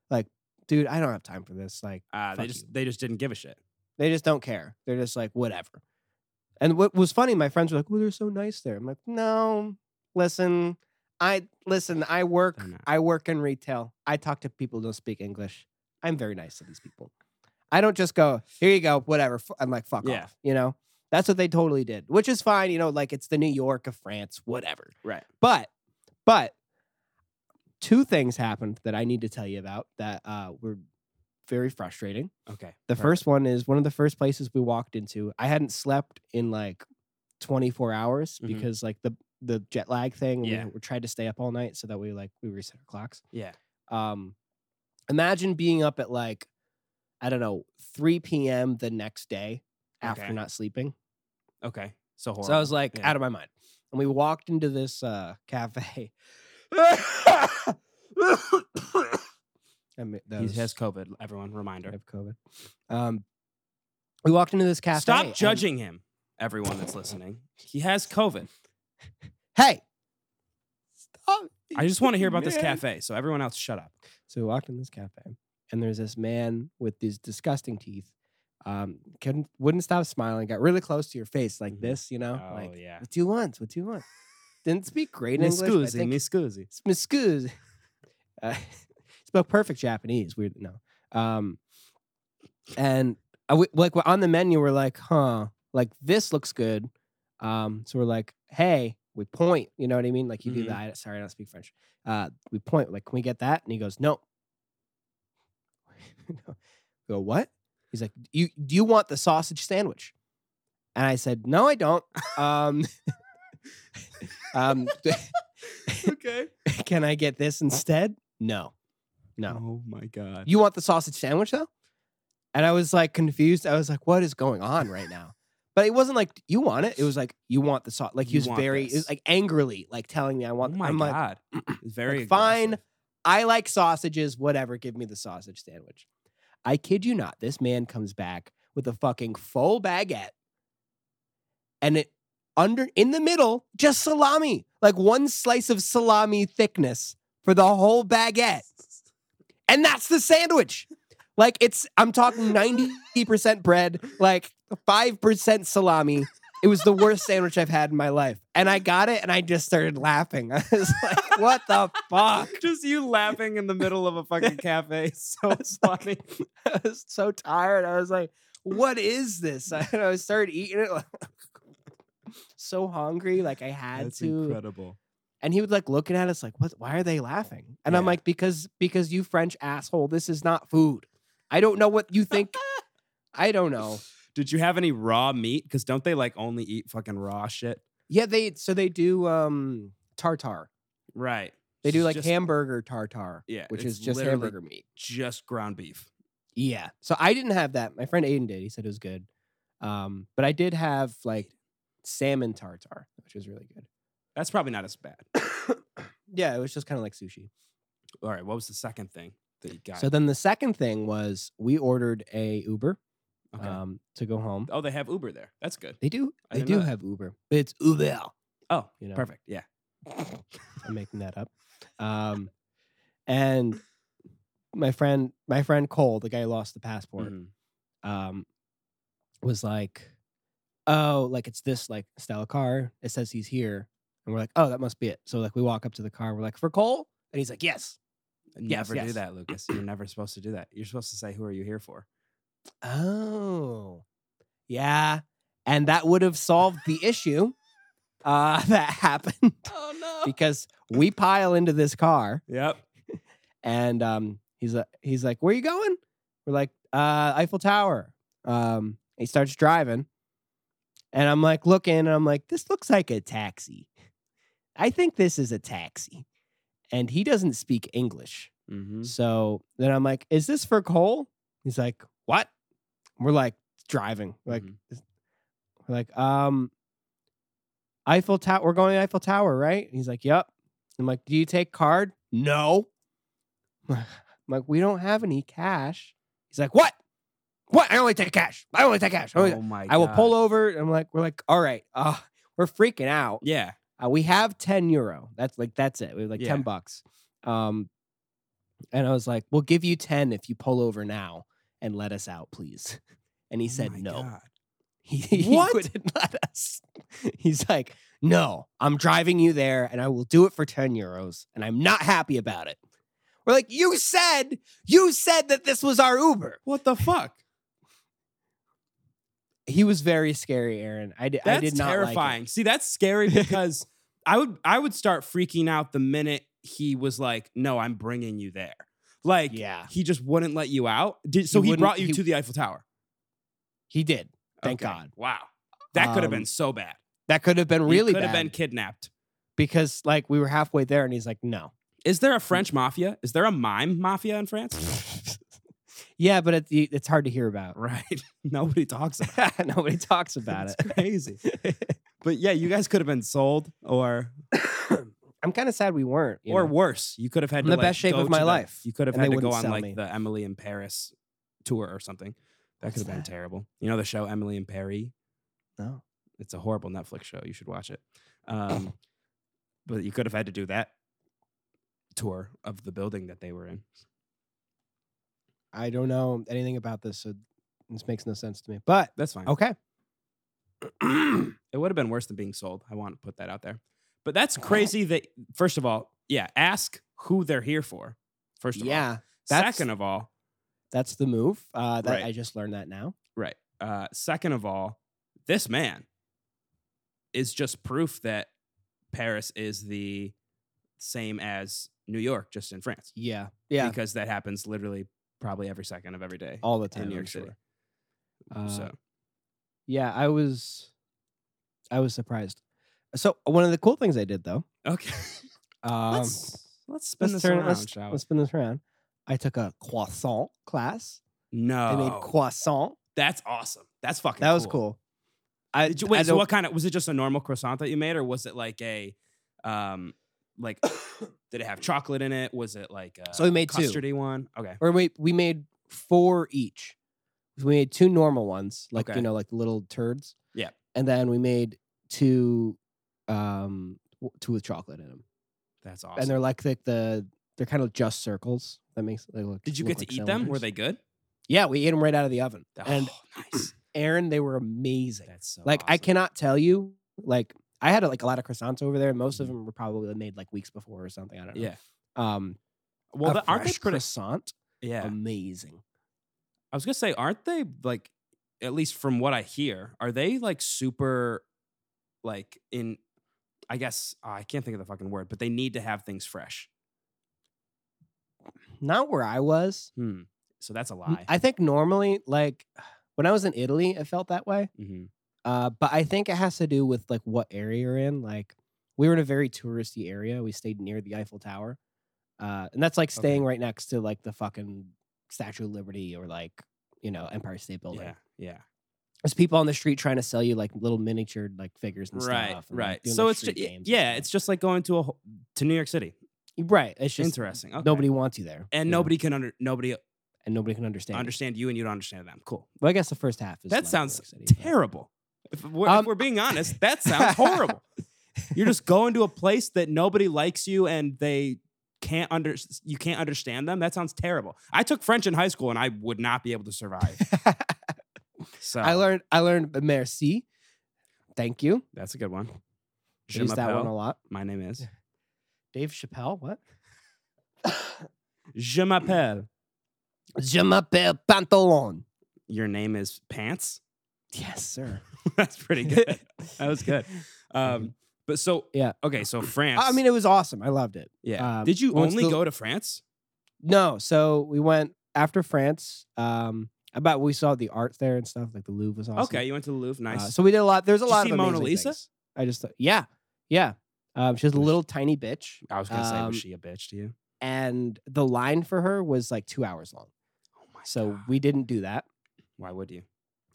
S2: like dude, I don't have time for this. Like
S1: Uh, they
S2: Fuck
S1: just
S2: you.
S1: they just didn't give a shit.
S2: they just don't care. They're just like whatever. And what was funny, my friends were like, "Well, they're so nice there." I'm like, "No, listen, I listen. I work.
S1: They're not.
S2: I work in retail. I talk to people who don't speak English. I'm very nice to these people. I don't just go here. You go, whatever. f- I'm like, fuck
S1: Yeah.
S2: off. You know, that's what they totally did, which is fine. You know, like it's the New York of France, whatever.
S1: Right.
S2: But, but two things happened that I need to tell you about that uh, were very frustrating.
S1: Okay.
S2: The
S1: perfect.
S2: first one is one of the first places we walked into. I hadn't slept in like 24 hours
S1: Mhm.
S2: because like the the jet lag thing.
S1: Yeah.
S2: We, we tried to stay up all night so that we like we reset our clocks.
S1: Yeah.
S2: Um, imagine being up at like I don't know 3 p.m. the next day after
S1: Okay.
S2: not sleeping.
S1: Okay. So horrible.
S2: So I was like
S1: Yeah.
S2: out of my mind. And we walked into this uh, cafe. I mean, that
S1: he
S2: was-
S1: has COVID. Everyone,
S2: I
S1: reminder.
S2: have COVID. Um, we walked into this cafe.
S1: Stop
S2: and-
S1: judging him. Everyone that's listening, he has COVID.
S2: Hey, stop.
S1: I just want to hear about this
S2: Man.
S1: cafe. So everyone else, shut up.
S2: So we walked in this cafe, and there's this man with these disgusting teeth. Um, couldn't wouldn't stop smiling. Got really close to your face like
S1: Mhm.
S2: this, you know,
S1: Oh,
S2: like
S1: yeah.
S2: what do you want? What do you want? Didn't speak great English. but I think-
S1: miscusi.
S2: it's Miscuse. Uh, spoke perfect Japanese. Weird, no. Um, and I w- like we're on the menu, we're like, huh, like this looks good. Um, so we're like, hey, we point. You know what I mean? Like you do
S1: Mhm.
S2: that. I, sorry, I don't speak French. Uh, we point. Like, can we get that? And he goes, no. we go, what? He's like, you do you want the sausage sandwich? And I said, no, I don't. Um, um,
S1: okay.
S2: can I get this instead? No, no.
S1: Oh my god.
S2: You want the sausage sandwich though? And I was like confused. I was like, what is going on right now? But it wasn't like you want it. It was like you want the sauce. Like he
S1: You
S2: was
S1: want
S2: very, it was
S1: this.
S2: like angrily, like telling me I
S1: Oh
S2: want.
S1: my
S2: I'm like,
S1: god. It's Very
S2: fine.
S1: aggressive.
S2: I like sausages. Whatever, give me the sausage sandwich. I kid you not. This man comes back with a fucking full baguette, and it under in the middle just salami, like one slice of salami thickness for the whole baguette, and that's the sandwich. Like it's, I'm talking ninety percent bread, like five percent salami, It was the worst sandwich I've had in my life. And I got it and I just started laughing. I was like, what the fuck?
S1: Just you laughing in the middle of a fucking cafe. So funny.
S2: I was so tired. I was like, what is this? And I started eating it like so hungry. Like I had
S1: That's
S2: to.
S1: incredible.
S2: And he would like looking at us like, what why are they laughing? And I'm
S1: Yeah.
S2: like, because because you French asshole, this is not food. I don't know what you think. I don't know.
S1: Did you have any raw meat? Because don't they like only eat fucking raw shit?
S2: Yeah, they so they do um tartar.
S1: Right.
S2: They do like
S1: Just-
S2: hamburger tartar,
S1: Yeah,
S2: which
S1: it's
S2: is just
S1: literally-
S2: hamburger meat.
S1: Just ground beef.
S2: Yeah. So I didn't have that. My friend Aiden did. He said it was good. Um, but I did have like salmon tartar, which was really good.
S1: That's probably not as bad.
S2: Yeah, it was just kind of like sushi.
S1: All right. What was the second thing that you got?
S2: So then the second thing was we ordered a Uber
S1: Okay.
S2: um, to go home.
S1: oh, they have Uber there. That's good.
S2: They do.
S1: I
S2: They
S1: didn't know
S2: do
S1: that.
S2: have Uber. but It's Uber.
S1: Oh,
S2: You know.
S1: perfect. Yeah.
S2: I'm making that up. Um, and my friend, my friend Cole, the guy who lost the passport,
S1: Mhm.
S2: um, was like, "Oh, like it's this like Stella car. It says he's here," and we're like, "Oh, that must be it." So like we walk up to the car. We're like, "For Cole," and he's like, "Yes." Yes,
S1: Never do
S2: yes.
S1: that, Lucas. You're never supposed to do that. You're supposed to say, "Who are you here for?"
S2: Oh, yeah, and that would have solved the issue uh, that happened
S1: Oh no.
S2: because we pile into this car,
S1: Yep.
S2: and um, he's like, he's like, "Where you going?" We're like, uh, "Eiffel Tower." Um, he starts driving, and I'm like looking, and I'm like, "This looks like a taxi. I think this is a taxi." And he doesn't speak English,
S1: Mm-hmm.
S2: so then I'm like, "Is this for Cole?" He's like, "What?" We're like driving, like
S1: Mhm.
S2: "Is- we're like, um, Eiffel Tower. We're going to Eiffel Tower, right? And he's like, "Yep." I'm like, "Do you take card?" No. I'm like, "We don't have any cash." He's like, "What? What? I only take cash. I only take cash. I, only-
S1: Oh my.
S2: I will pull
S1: God.
S2: over." I'm like, "We're like, all right, uh, we're freaking out.
S1: Yeah.
S2: Uh, we have 10 euro. That's like, that's it. We have like
S1: Yeah.
S2: 10 bucks. Um, and I was like, we'll give you 10 if you pull over now and let us out, please. And he
S1: Oh
S2: said,
S1: my
S2: no.
S1: God.
S2: He, he
S1: What?
S2: wouldn't let us. He's like, no, I'm driving you there and I will do it for 10 euros. And I'm not happy about it. We're like, you said, you said that this was our Uber.
S1: What the fuck?
S2: He was very scary, Aaron. I did,
S1: That's
S2: I did not like it.
S1: terrifying. See, that's scary because I would I would start freaking out the minute he was like, "No, I'm bringing you there." Like,
S2: Yeah.
S1: he just wouldn't let you out. Did, so
S2: He
S1: he,
S2: wouldn't-
S1: brought you
S2: he-
S1: to the Eiffel Tower.
S2: He did. Thank God.
S1: Wow, that could have
S2: Um,
S1: been so bad.
S2: That could have been really
S1: could
S2: bad.
S1: have been kidnapped.
S2: because like we were halfway there and he's like no
S1: Is there a
S2: Mm.
S1: French mafia? Is there a mime mafia in France?
S2: yeah but it's, it's hard to hear about
S1: right, nobody talks about
S2: nobody talks about
S1: It's
S2: it
S1: Crazy. but yeah, you guys could have been sold, or
S2: i'm kind of sad we weren't you
S1: or
S2: know?
S1: worse, you could have had
S2: I'm
S1: to,
S2: the
S1: like,
S2: best shape
S1: go
S2: of
S1: to
S2: my
S1: the-
S2: life,
S1: You could have
S2: and they
S1: had to go
S2: wouldn't
S1: on
S2: sell
S1: like
S2: me.
S1: the Emily in Paris tour or something. That
S2: What's
S1: could have been
S2: that?
S1: terrible. You know the show Emily in Paris?
S2: no
S1: It's a horrible Netflix show. You should watch it. Um, but you could have had to do that tour of the building that they were in.
S2: i don't know anything about this so this makes no sense to me but
S1: That's fine.
S2: okay
S1: it would have been worse than being sold. I want to put that out there. But that's crazy that first of all, yeah, ask who they're here for. First of all.
S2: yeah that's-
S1: Second of all,
S2: that's the move uh that
S1: Right.
S2: i just learned that now
S1: Right. Uh, second of all, this man is just proof that Paris is the same as New York, just in France.
S2: yeah yeah
S1: Because that happens literally probably every second of every day
S2: all the
S1: in
S2: time
S1: New
S2: I'm
S1: York
S2: sure.
S1: City.
S2: Uh,
S1: so
S2: yeah i was i was surprised so one of the cool things i did though
S1: okay,
S2: um
S1: let's let's spin
S2: let's
S1: this
S2: turn it.
S1: around,
S2: Let's,
S1: shall we?
S2: let's spin this around. I took a croissant class.
S1: no,
S2: I made croissant.
S1: that's awesome. That's fucking.
S2: That was cool. I,
S1: Did you,
S2: I
S1: wait, so
S2: don't-
S1: what kind of was it? Just a normal croissant that you made, or was it like a, um, like did it have chocolate in it? Was it like a
S2: So we made two.
S1: custardy one? Okay,
S2: Or wait, we made four each. We made two normal ones, like
S1: Okay.
S2: you know, like little turds.
S1: Yeah.
S2: And then we made two, um, w- two with chocolate in them,
S1: that's awesome.
S2: and they're like the, the they're kind of just circles. That makes they look.
S1: Did you
S2: look
S1: get to
S2: like
S1: eat them? Were
S2: cylinders.
S1: they good?
S2: Yeah, we ate them right out of the oven, and
S1: oh, nice.
S2: Aaron, they were amazing.
S1: That's so
S2: like I
S1: awesome.
S2: cannot tell you. Like I had like a lot of croissants over there, and most of them were probably made like weeks before or something. I don't know.
S1: Mm-hmm. Yeah.
S2: Um,
S1: Well,
S2: a
S1: the, aren't they
S2: fresh
S1: pretty?
S2: croissant?
S1: yeah.
S2: Amazing.
S1: I was gonna say, aren't they like, at least from what I hear, are they like super, like in, I guess ah, I can't think of the fucking word, but they need to have things fresh.
S2: Not where I was.
S1: Hmm. So that's a
S2: N-
S1: lie.
S2: Mm, I think normally, like when I was in Italy, it felt that way.
S1: hmm
S2: Uh, but I think it has to do with like what area you're in. Like we were in a very touristy area. We stayed near the Eiffel Tower, uh, and that's like staying right next to like the fucking Statue of Liberty or like you know Empire State Building.
S1: Yeah. Yeah.
S2: There's people on the street trying to sell you like little miniature like figures and
S1: Right.
S2: stuff. and, like,
S1: right.
S2: doing,
S1: So
S2: like,
S1: it's just,
S2: street games and
S1: yeah,
S2: stuff.
S1: it's just like going to a whole- to New York City.
S2: right. It's just
S1: Interesting. Okay.
S2: nobody wants you there,
S1: and
S2: you know,
S1: nobody can under nobody
S2: and nobody can understand. you.
S1: understand you, and you don't understand them. Cool.
S2: Well, I guess the first half is
S1: That
S2: like New
S1: sounds
S2: York City, but-
S1: terrible. If we're,
S2: Um,
S1: if we're being honest, that sounds horrible. You're just going to a place that nobody likes you and they can't under you can't understand them. That sounds terrible. I took French in high school and I would not be able to survive. So
S2: I learned. I learned merci. Thank you.
S1: that's a good one.
S2: I
S1: Je
S2: Use that one
S1: m'appelle-
S2: a lot.
S1: My name is
S2: Dave Chappelle. What?
S1: Je m'appelle.
S2: Je m'appelle Pantalon.
S1: Your name is Pants.
S2: Yes, sir.
S1: that's pretty good. that was good. Um, but so
S2: Yeah.
S1: okay. So France.
S2: I mean, it was awesome. I loved it.
S1: yeah.
S2: um,
S1: Did you
S2: once
S1: only
S2: the-
S1: go to France?
S2: No, so we went after France. Um, about we saw the art there and stuff. Like the Louvre was awesome.
S1: Okay, you went to the Louvre.
S2: Uh,
S1: Nice.
S2: so we did a lot. There's a
S1: Did you
S2: lot
S1: see
S2: of
S1: Mona
S2: amazing
S1: Lisa?
S2: things. I just thought, yeah, yeah. Um, she's a
S1: Was-
S2: little tiny bitch,
S1: I was gonna say,
S2: um,
S1: was she a bitch to you?
S2: and the line for her was like two hours long.
S1: Oh my
S2: So we didn't do that.
S1: why would you?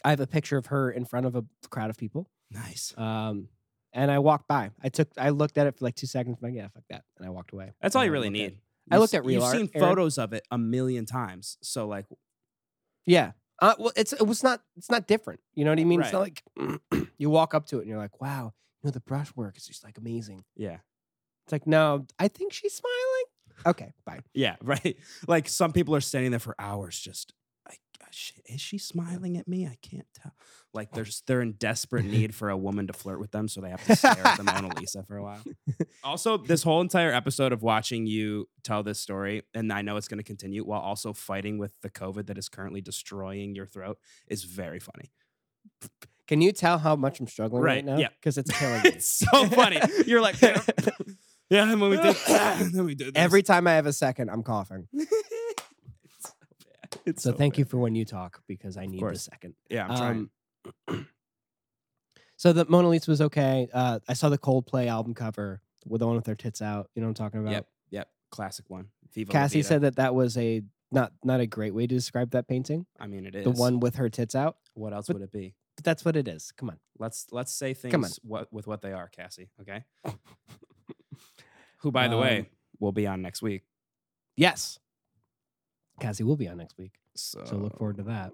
S2: I have a picture of her in front of a crowd of people.
S1: Nice.
S2: Um, and I walked by. I took, I looked at it for like two seconds. and I'm like, yeah, fuck that, and I walked away.
S1: That's all
S2: I
S1: you
S2: didn't
S1: really
S2: look at
S1: need.
S2: it. I
S1: You've
S2: looked
S1: s-
S2: at real
S1: You've
S2: art,
S1: seen
S2: Aaron.
S1: photos of it a million times. So like,
S2: Yeah. Uh, well, it's it was not it's not different. You know what I mean? It's not like you walk up to it and you're like, wow, you know the brushwork is just like amazing.
S1: yeah,
S2: It's like, no, I think she's smiling. Okay, bye.
S1: yeah, right. Like some people are standing there for hours, just like, "Uh, sh- is she smiling at me? I can't tell. Like
S2: Oh.
S1: there's they're in desperate need for a woman to flirt with them, so they have to stare at the Mona Lisa for a while. Also, this whole entire episode of watching you tell this story, and I know it's going to continue, while also fighting with the COVID that is currently destroying your throat, is very funny.
S2: Can you tell how much I'm struggling right,
S1: Right,
S2: now?
S1: yeah.
S2: because it's killing me.
S1: it's so funny. You're like, yeah, and when we did, and then we did this.
S2: Every time I have a second, I'm coughing.
S1: it's so bad. It's
S2: So, thank you for when you talk because I need the
S1: course.
S2: second.
S1: Yeah, I'm trying.
S2: Um, so the Mona Lisa was okay. Uh, I saw the Coldplay album cover with the one with their tits out. You know what I'm talking about?
S1: Yep, yep. Classic one. Viva la
S2: Cassie
S1: vida.
S2: said that that was a not not a great way to describe that painting.
S1: I mean, it is
S2: The one with her tits out.
S1: What else
S2: but-
S1: would it be?
S2: But that's what it is. Come on.
S1: Let's let's say things
S2: Come on.
S1: what, with what they are, Cassie. Okay. Who, by the
S2: Um,
S1: way, will be on next week.
S2: Yes. Cassie will be on next week,
S1: So,
S2: so look forward to
S1: Oh.
S2: that.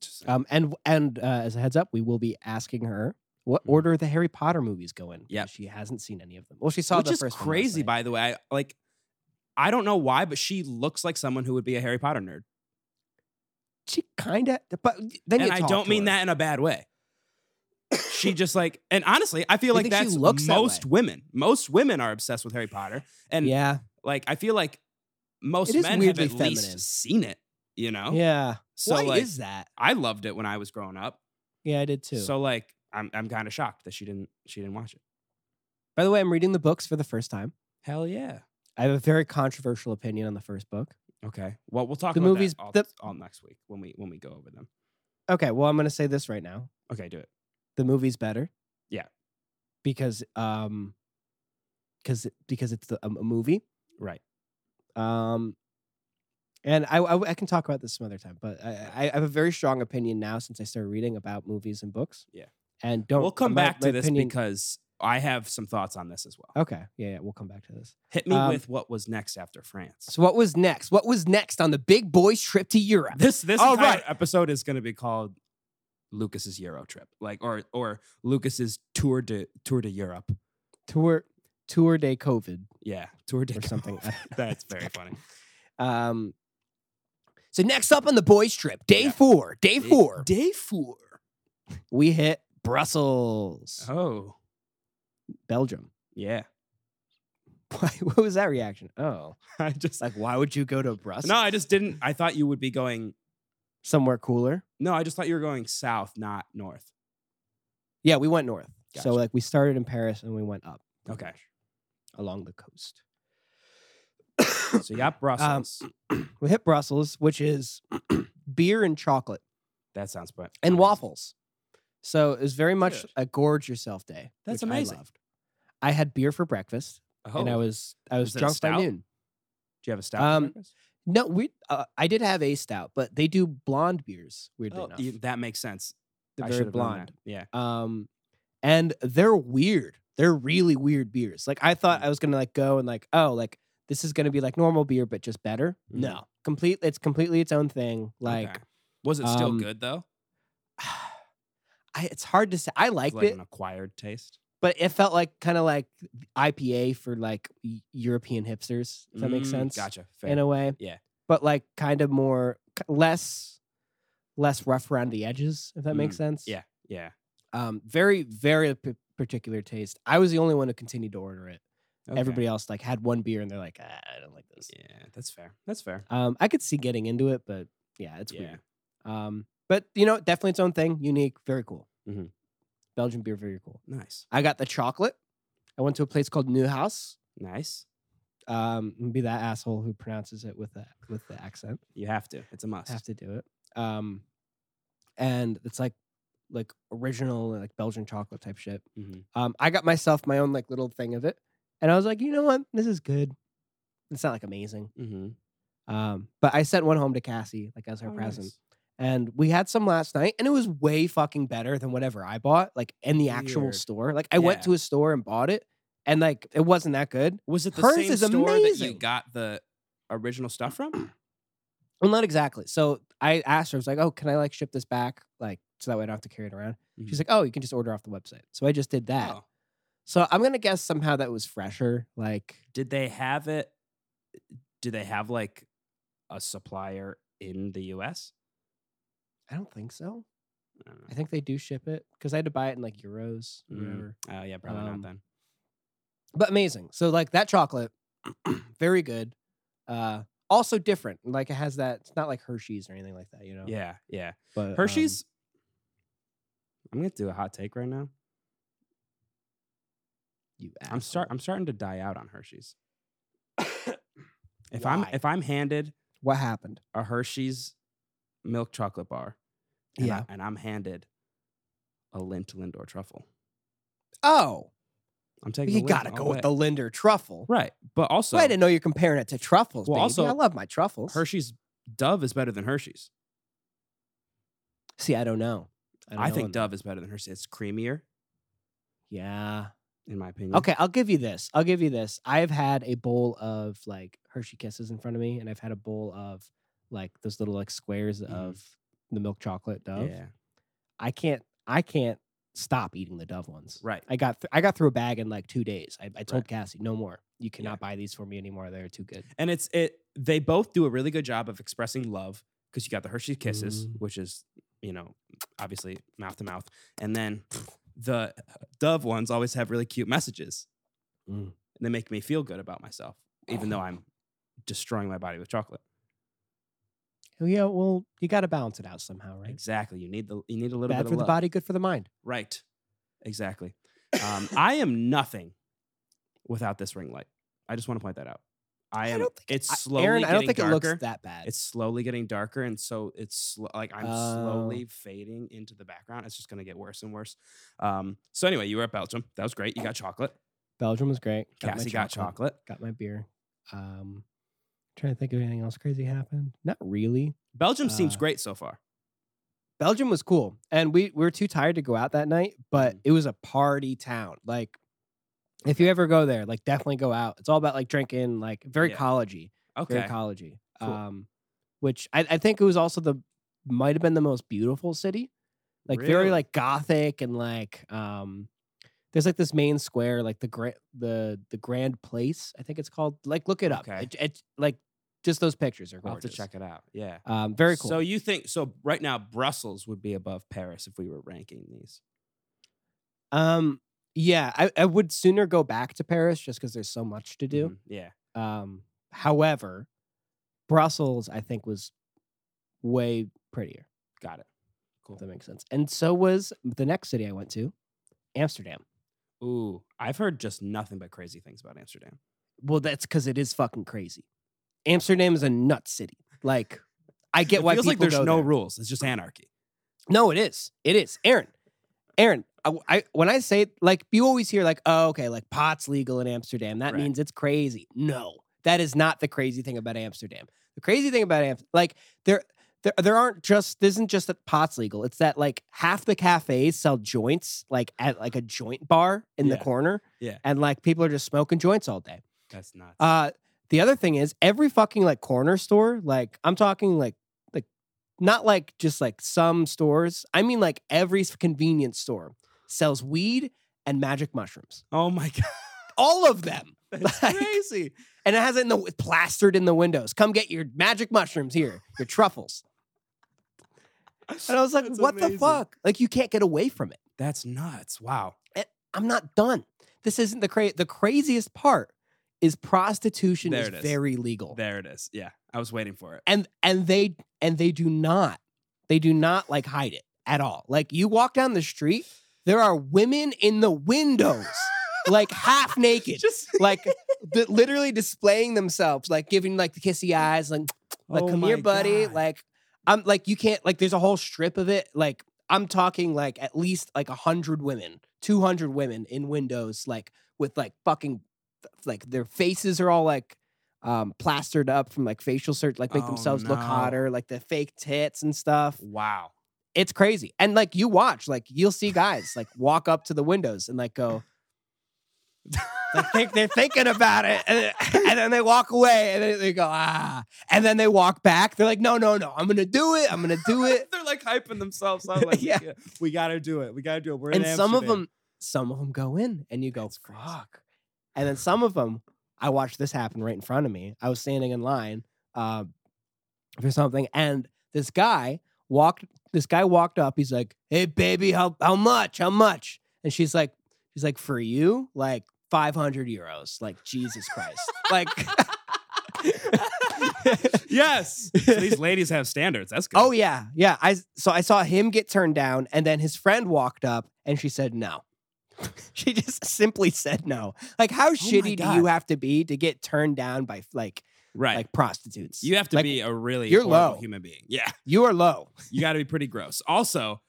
S1: just saying.
S2: Um, and and uh, as a heads up, we will be asking her what
S1: Mhm.
S2: order the Harry Potter movies go in. 'cause
S1: Yep.
S2: she hasn't seen any of them. Well, she saw
S1: which
S2: the
S1: is
S2: first one last
S1: crazy,
S2: night.
S1: by the way. I, like, I don't know why, but she looks like someone who would be a Harry Potter nerd,
S2: she kind of, but then
S1: and
S2: you
S1: I
S2: talk
S1: don't
S2: to
S1: mean
S2: her.
S1: that in a bad way. she just like, and honestly, I feel
S2: You
S1: like
S2: think she
S1: that's
S2: looks that
S1: most women. Most women are obsessed with Harry Potter, and
S2: Yeah,
S1: like I feel like most
S2: is
S1: men have
S2: weirdly
S1: at
S2: feminine.
S1: least seen it. You know,
S2: yeah.
S1: so
S2: Why
S1: like
S2: is that?
S1: I loved it when I was growing up.
S2: Yeah, I did too.
S1: So like I'm I'm kind of shocked that she didn't she didn't watch it.
S2: by the way, I'm reading the books for the first time.
S1: Hell yeah.
S2: I have a very controversial opinion on the first book.
S1: Okay. Well, we'll talk
S2: The
S1: about
S2: movies-
S1: that all,
S2: the-
S1: all next week when we when we go over them.
S2: Okay, well, I'm going to say this right now.
S1: Okay, do it.
S2: the movie's better.
S1: Yeah.
S2: Because um cuz because it's the, um, a movie.
S1: Right.
S2: Um and I, I I can talk about this some other time, but I, I I have a very strong opinion now since I started reading about movies and books.
S1: Yeah.
S2: And don't
S1: we'll come
S2: Oh, my-
S1: back
S2: my
S1: to this
S2: opinion-
S1: because I have some thoughts on this as well.
S2: Okay. Yeah, yeah, we'll come back to this.
S1: Hit me
S2: Um,
S1: with what was next after France.
S2: So what was next? What was next on the big boys trip to Europe?
S1: This this
S2: All
S1: entire
S2: right.
S1: episode is going to be called Lucas's Euro trip, like or or Lucas's tour de tour de Europe.
S2: Tour Tour de COVID
S1: Yeah, tour de
S2: or something. I don't know.
S1: That's very funny.
S2: Um, So next up on the boys trip, day
S1: Yeah.
S2: four, day
S1: Day-
S2: four,
S1: Day four.
S2: we hit Brussels,
S1: Oh,
S2: Belgium.
S1: yeah.
S2: Why, what was that reaction? Oh,
S1: I just
S2: it's like why would you go to Brussels?
S1: no, I just didn't. I thought you would be going.
S2: somewhere cooler.
S1: No, I just thought you were going south, not north.
S2: Yeah, we went north.
S1: Gotcha.
S2: So like we started in Paris and we went up. pretty
S1: Okay.
S2: much, along the coast.
S1: So you got Brussels.
S2: we hit Brussels, which is beer and chocolate
S1: that sounds but
S2: and waffles. So it was very much
S1: Good.
S2: a gorge yourself day.
S1: That's
S2: which
S1: amazing.
S2: I, loved. I had beer for breakfast,
S1: Oh,
S2: and I was I was
S1: Was it a
S2: drunk by
S1: stout?
S2: noon.
S1: do you have a stout?
S2: um,
S1: breakfast?
S2: No, we uh, I did have a stout, but they do blonde beers. Weirdly
S1: Oh,
S2: enough,
S1: you- that makes sense.
S2: they're
S1: I
S2: very
S1: should've known
S2: blonde.
S1: that. Yeah.
S2: Um, and they're weird. They're really weird beers. Like I thought
S1: Mhm.
S2: I was gonna like go and like oh like this is gonna be like normal beer but just better.
S1: Mhm.
S2: No, complete. It's completely its own thing. Like
S1: Okay. was it still
S2: um,
S1: good though?
S2: I, it's hard to say. I
S1: It's
S2: liked
S1: like
S2: it,
S1: an acquired taste.
S2: but it felt like kind of like IPA for like y- European hipsters. If that makes
S1: Mm,
S2: sense. uh,
S1: Gotcha. Fair.
S2: In a way.
S1: Yeah.
S2: But like kind of more k- less less rough around the edges. If that makes
S1: Mm,
S2: sense.
S1: yeah. yeah.
S2: Um. Very very p- particular taste. I was the only one who continued to order it.
S1: Okay.
S2: Everybody else like had one beer and they're like, ah, I don't like this.
S1: Yeah, that's fair. That's fair.
S2: Um. I could see getting into it, but yeah, it's
S1: yeah.
S2: weird. Um, but you know, definitely its own thing, unique, very cool.
S1: Mhm.
S2: Belgian beer, very cool.
S1: Nice.
S2: I got the chocolate. I went to a place called Newhouse.
S1: Nice.
S2: Um, be that asshole who pronounces it with the with the accent.
S1: You have to. It's a
S2: I have
S1: must.
S2: to do it. Um, and it's like like original like Belgian chocolate type shit.
S1: Mhm.
S2: Um, I got myself my own like little thing of it, and I was like, you know what, this is good. It's not like amazing.
S1: Mm-hmm.
S2: Um, but I sent one home to Cassie like
S1: Oh,
S2: as her present. and we had some last night and it was way fucking better than whatever i bought like in the actual
S1: Weird.
S2: store like i went
S1: Yeah.
S2: to a store and bought it and like it wasn't that good
S1: Was it the
S2: Hers
S1: same
S2: is
S1: store that you
S2: amazing.
S1: got the original stuff from? Oh,
S2: well not exactly so i asked her i was like oh can i like ship this back like so that way i don't have to carry it around she's like oh you can just order off the website so i just did that
S1: Mm-hmm. Oh.
S2: so i'm gonna guess somehow that was fresher like
S1: Did they have it? Did they have like a supplier in the U.S.?
S2: i don't think so
S1: I don't
S2: i
S1: know.
S2: think they do ship it because i had to buy it in like euros or
S1: Mm.
S2: whatever
S1: Oh yeah, probably
S2: Um,
S1: not then.
S2: but amazing. So like that chocolate, very good. Uh, also different. Like it has that. It's not like Hershey's or anything like that. You know.
S1: Yeah, yeah.
S2: But um,
S1: Hershey's. I'm gonna do a hot take right now.
S2: you.
S1: I'm start.
S2: asshole.
S1: I'm starting to die out on Hershey's. If I'm
S2: Why?
S1: if I'm handed
S2: What happened?
S1: a Hershey's milk chocolate bar, and
S2: Yeah.
S1: I, and I'm handed a Lint Lindor truffle.
S2: Oh,
S1: I'm taking.
S2: you
S1: the Lindt
S2: gotta
S1: all
S2: go with
S1: day.
S2: the Linder truffle.
S1: right, but also
S2: Well, I didn't know you're comparing it to truffles.
S1: Well,
S2: baby.
S1: also,
S2: I love my truffles.
S1: Hershey's Dove is better than Hershey's.
S2: See, I don't know. don't
S1: I,
S2: know
S1: think
S2: on that.
S1: Dove is better than Hershey's. It's creamier,
S2: Yeah.
S1: in my opinion.
S2: Okay, I'll give you this. I'll give you this. I've had a bowl of like Hershey Kisses in front of me, and I've had a bowl of like those little like squares
S1: Mhm.
S2: of the milk chocolate Dove.
S1: Yeah.
S2: I can't I can't stop eating the Dove ones.
S1: Right.
S2: I got th- I got through a bag in like two days. I, I told
S1: Right.
S2: Cassie, no more. You cannot buy these for me anymore. They're too good.
S1: And it's it. They both do a really good job of expressing love because you got the Hershey Kisses,
S2: Mm.
S1: which is you know obviously mouth to mouth, and then the Dove ones always have really cute messages,
S2: Mm.
S1: and they make me feel good about myself, even though I'm destroying my body with chocolate.
S2: Oh, Yeah, well, you got to balance it out somehow, right?
S1: Exactly. You need the you need a little
S2: Bad
S1: bit
S2: for
S1: of
S2: the
S1: love.
S2: body, good for the mind.
S1: Right. Exactly. Um, I am nothing without this ring light. I just want to point that out. I
S2: I
S1: am.
S2: don't think-
S1: it's
S2: I-
S1: slowly
S2: Aaron, I
S1: getting
S2: don't think
S1: darker.
S2: it looks that bad.
S1: it's slowly getting darker, and so it's sl- like I'm
S2: Oh.
S1: slowly fading into the background. It's just gonna get worse and worse. Um, so anyway, you were at Belgium. That was great. You got chocolate.
S2: Belgium was great. my
S1: Cassie got chocolate.
S2: Got my beer. Um, trying to think of anything else crazy happened. Not really.
S1: Belgium seems
S2: Uh,
S1: great so far.
S2: Belgium was cool, and we, we were too tired to go out that night, but
S1: Mhm.
S2: it was a party town. Like, if you ever go there, like definitely go out. It's all about like drinking, like very
S1: Yeah.
S2: collegey, very
S1: Okay.
S2: collegey.
S1: Cool.
S2: Um, which I, I think it was also the might have been the most beautiful city, like very
S1: Really?
S2: like gothic and like um, there's like this main square, like the grand the the grand place, I think it's called. Like, look it up.
S1: Okay.
S2: It, it- like Just those pictures are
S1: I'll have
S2: gorgeous.
S1: to check it out. Yeah.
S2: Um, very cool.
S1: So you think so? Right now, Brussels would be above Paris if we were ranking these.
S2: um, yeah, I, I would sooner go back to Paris just because there's so much to do.
S1: Mhm. Yeah.
S2: Um, however, Brussels I think was way prettier.
S1: Got it. Cool.
S2: If that makes sense. And so was the next city I went to, Amsterdam.
S1: Ooh, I've heard just nothing but crazy things about Amsterdam.
S2: Well, that's because it is fucking crazy. Amsterdam is a nut city. Like, I get
S1: it
S2: why
S1: feels
S2: people
S1: like there's
S2: go
S1: no
S2: there.
S1: rules. It's just anarchy.
S2: No, it is. It is. Aaron, Aaron, I, I- when I say like you always hear like, oh, okay, like pot's legal in Amsterdam. That
S1: Right.
S2: means it's crazy. No, that is not the crazy thing about Amsterdam. The crazy thing about Amsterdam, like there, there, there aren't just this isn't just that pot's legal. It's that like half the cafes sell joints like at like a joint bar in the
S1: Yeah.
S2: corner.
S1: Yeah.
S2: and like people are just smoking joints all day.
S1: That's nuts.
S2: Uh, the other thing is every fucking like corner store, like I'm talking like like not like just like some stores. I mean like every s- convenience store sells weed and magic mushrooms.
S1: oh my god,
S2: All of them.
S1: that's
S2: Like-
S1: crazy.
S2: And it has it in the plastered in the windows. Come get your magic mushrooms here, your truffles. And I was like,
S1: That's
S2: what the
S1: amazing.
S2: fuck? Like you can't get away from it.
S1: That's nuts. Wow.
S2: I'm not done. This isn't the cra- the craziest part is prostitution
S1: There
S2: is
S1: it is.
S2: very legal.
S1: There it is. Yeah, I was waiting for it.
S2: and and they and they do not they do not like hide it at all like you walk down the street there are women in the windows like half naked
S1: Just
S2: like di- literally displaying themselves like giving like the kissy eyes like like
S1: Oh
S2: come here
S1: my
S2: buddy
S1: God.
S2: like i'm like you can't like there's a whole strip of it like i'm talking like at least like 100 women 200 women in windows like with like fucking like their faces are all like um plastered up from like facial search like make
S1: Oh,
S2: themselves look
S1: no.
S2: hotter like the fake tits and stuff
S1: wow.
S2: it's crazy and like you watch like you'll see guys like walk up to the windows and like go like think they're thinking about it and, and then they walk away and then they go ah and then they walk back they're like no no no i'm gonna do it i'm gonna do it
S1: They're like hyping themselves up. Like,
S2: Yeah.
S1: yeah. we gotta do it. We gotta do it. We're in
S2: and some of
S1: Amsterdam."
S2: them some of them go in and you go
S1: That's crazy.
S2: fuck and then some of them i watched this happen right in front of me i was standing in line uh, for something and this guy walked this guy walked up he's like hey baby how, how much how much and she's like she's like for you like 500 euros like jesus christ like
S1: yes. So these ladies have standards. That's good.
S2: oh yeah yeah i so i saw him get turned down and then his friend walked up and she said no she just simply said no like how shitty do
S1: Oh God.
S2: you have to be to get turned down by like
S1: right.
S2: like prostitutes
S1: you have to
S2: like,
S1: be a really
S2: you're
S1: horrible
S2: low.
S1: human being. Yeah.
S2: you are low
S1: You got to be pretty gross. Also,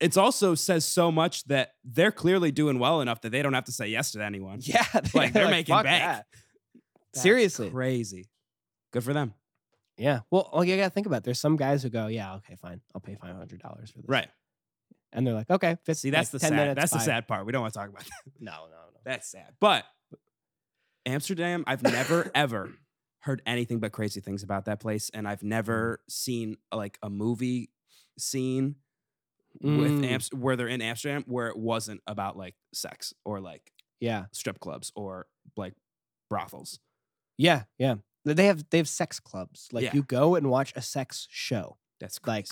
S1: it's also says so much that they're clearly doing well enough that they don't have to say yes to anyone.
S2: yeah
S1: Like, they're making
S2: "Fuck
S1: bank."
S2: that."
S1: That's
S2: seriously
S1: crazy. Good for them.
S2: yeah well all you gotta think about it, there's some guys who go yeah okay fine i'll pay $500 for this
S1: Right.
S2: and they're like okay fif-
S1: See, that's
S2: like,
S1: the
S2: 10
S1: sad.
S2: minutes,
S1: that's the
S2: bye."
S1: sad part. We don't want to talk about that.
S2: no no no
S1: That's sad. But Amsterdam, I've never ever heard anything but crazy things about that place, and I've never
S2: Mm.
S1: seen like a movie scene with
S2: Mm,
S1: Amst- where they're in Amsterdam where it wasn't about like sex or like
S2: yeah
S1: strip clubs or like brothels.
S2: yeah yeah they have they have sex clubs like
S1: Yeah.
S2: you go and watch a sex show
S1: That's crazy.
S2: Like-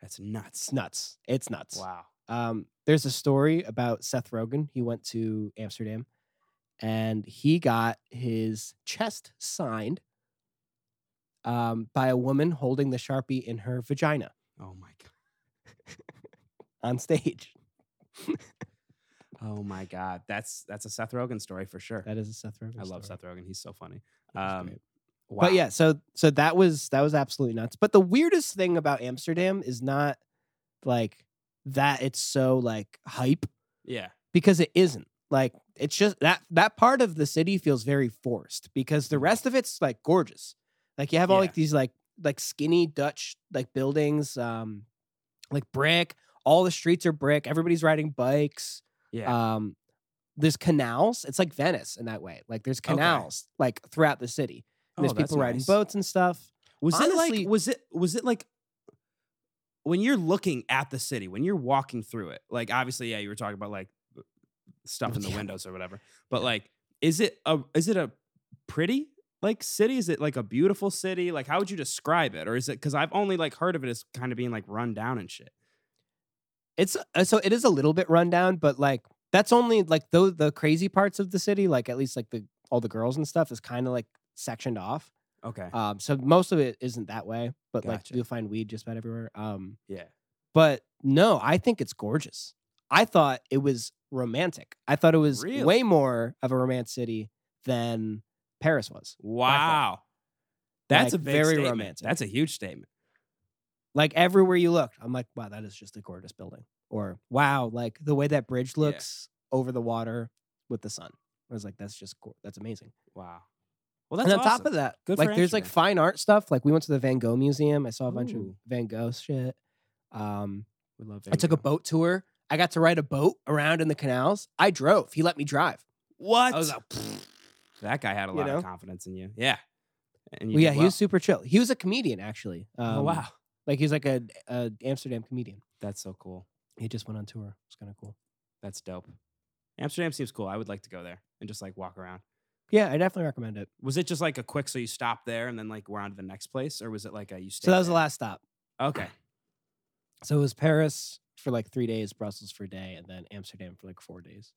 S1: That's
S2: It's
S1: nuts.
S2: nuts. It's nuts.
S1: Wow.
S2: Um, there's a story about Seth Rogen. He went to Amsterdam and he got his chest signed um, by a woman holding the Sharpie in her vagina
S1: Oh my god.
S2: on stage.
S1: Oh my god. That's that's a Seth Rogen story for sure.
S2: That is a Seth Rogen.
S1: I love
S2: story.
S1: Seth Rogen. He's so funny.
S2: That was
S1: Um,
S2: great.
S1: wow.
S2: But yeah, so so that was that was absolutely nuts. But the weirdest thing about Amsterdam is not like that it's so like hype
S1: Yeah.
S2: because it isn't like it's just that that part of the city feels very forced because the rest of it's like gorgeous like you have all
S1: Mm-hmm. Yeah.
S2: like these like like skinny dutch like buildings um like brick all the streets are brick everybody's riding bikes
S1: Yeah.
S2: um there's canals it's like venice in that way like there's canals like throughout the city and
S1: Oh,
S2: there's
S1: that's
S2: people riding
S1: nice.
S2: boats and stuff
S1: Was it
S2: Honestly-
S1: like was it was it like when you're looking at the city, when you're walking through it, like obviously, yeah, you were talking about like stuff in the
S2: Yeah.
S1: windows or whatever. But like, is it a is it a pretty like city? Is it like a beautiful city? Like how would you describe it? Or is it because I've only like heard of it as kind of being like run down and shit.
S2: It's uh, so it is a little bit rundown, but like that's only like though the crazy parts of the city, like at least like the all the girls and stuff is kind of like sectioned off.
S1: Okay.
S2: Um, so most of it isn't that way, but like
S1: Gotcha.
S2: you'll find weed just about everywhere. Um,
S1: yeah.
S2: but no, I think it's gorgeous. I thought it was romantic. I thought it was
S1: Really?
S2: way more of a romance city than Paris was.
S1: Wow. That's
S2: Like,
S1: a big
S2: very
S1: statement.
S2: romantic.
S1: That's a huge statement.
S2: Like everywhere you looked, I'm like, wow, that is just a gorgeous building. Or wow, like the way that bridge
S1: Yeah.
S2: looks over the water with the sun. I was like, that's just cool. That's amazing.
S1: Wow. Well, that's
S2: and on
S1: awesome.
S2: top of that,
S1: Good
S2: like
S1: for
S2: there's like
S1: Amsterdam.
S2: fine art stuff. Like we went to the Van Gogh Museum. I saw a bunch of
S1: Ooh.
S2: Van Gogh shit. Um,
S1: we love
S2: I took a
S1: Van Gogh.
S2: boat tour. I got to ride a boat around in the canals. I drove. He let me drive.
S1: What?
S2: I was like, "Pfft."
S1: that guy had a
S2: you
S1: lot
S2: know?
S1: of confidence in you. Yeah. And
S2: Well,
S1: did
S2: yeah, he
S1: well.
S2: was super chill. He was a comedian actually. Um,
S1: oh wow,
S2: like he's like a, a Amsterdam comedian.
S1: that's so cool.
S2: He just went on tour. It's kind of cool.
S1: That's dope. Amsterdam seems cool. I would like to go there and just like walk around.
S2: Yeah, I definitely recommend it.
S1: Was it just like a quick so you stop there and then like we're on to the next place, or was it like a you stay?
S2: So that was the
S1: there?
S2: last stop.
S1: Okay,
S2: So it was Paris for like three days, Brussels for a day, and then Amsterdam for like four days.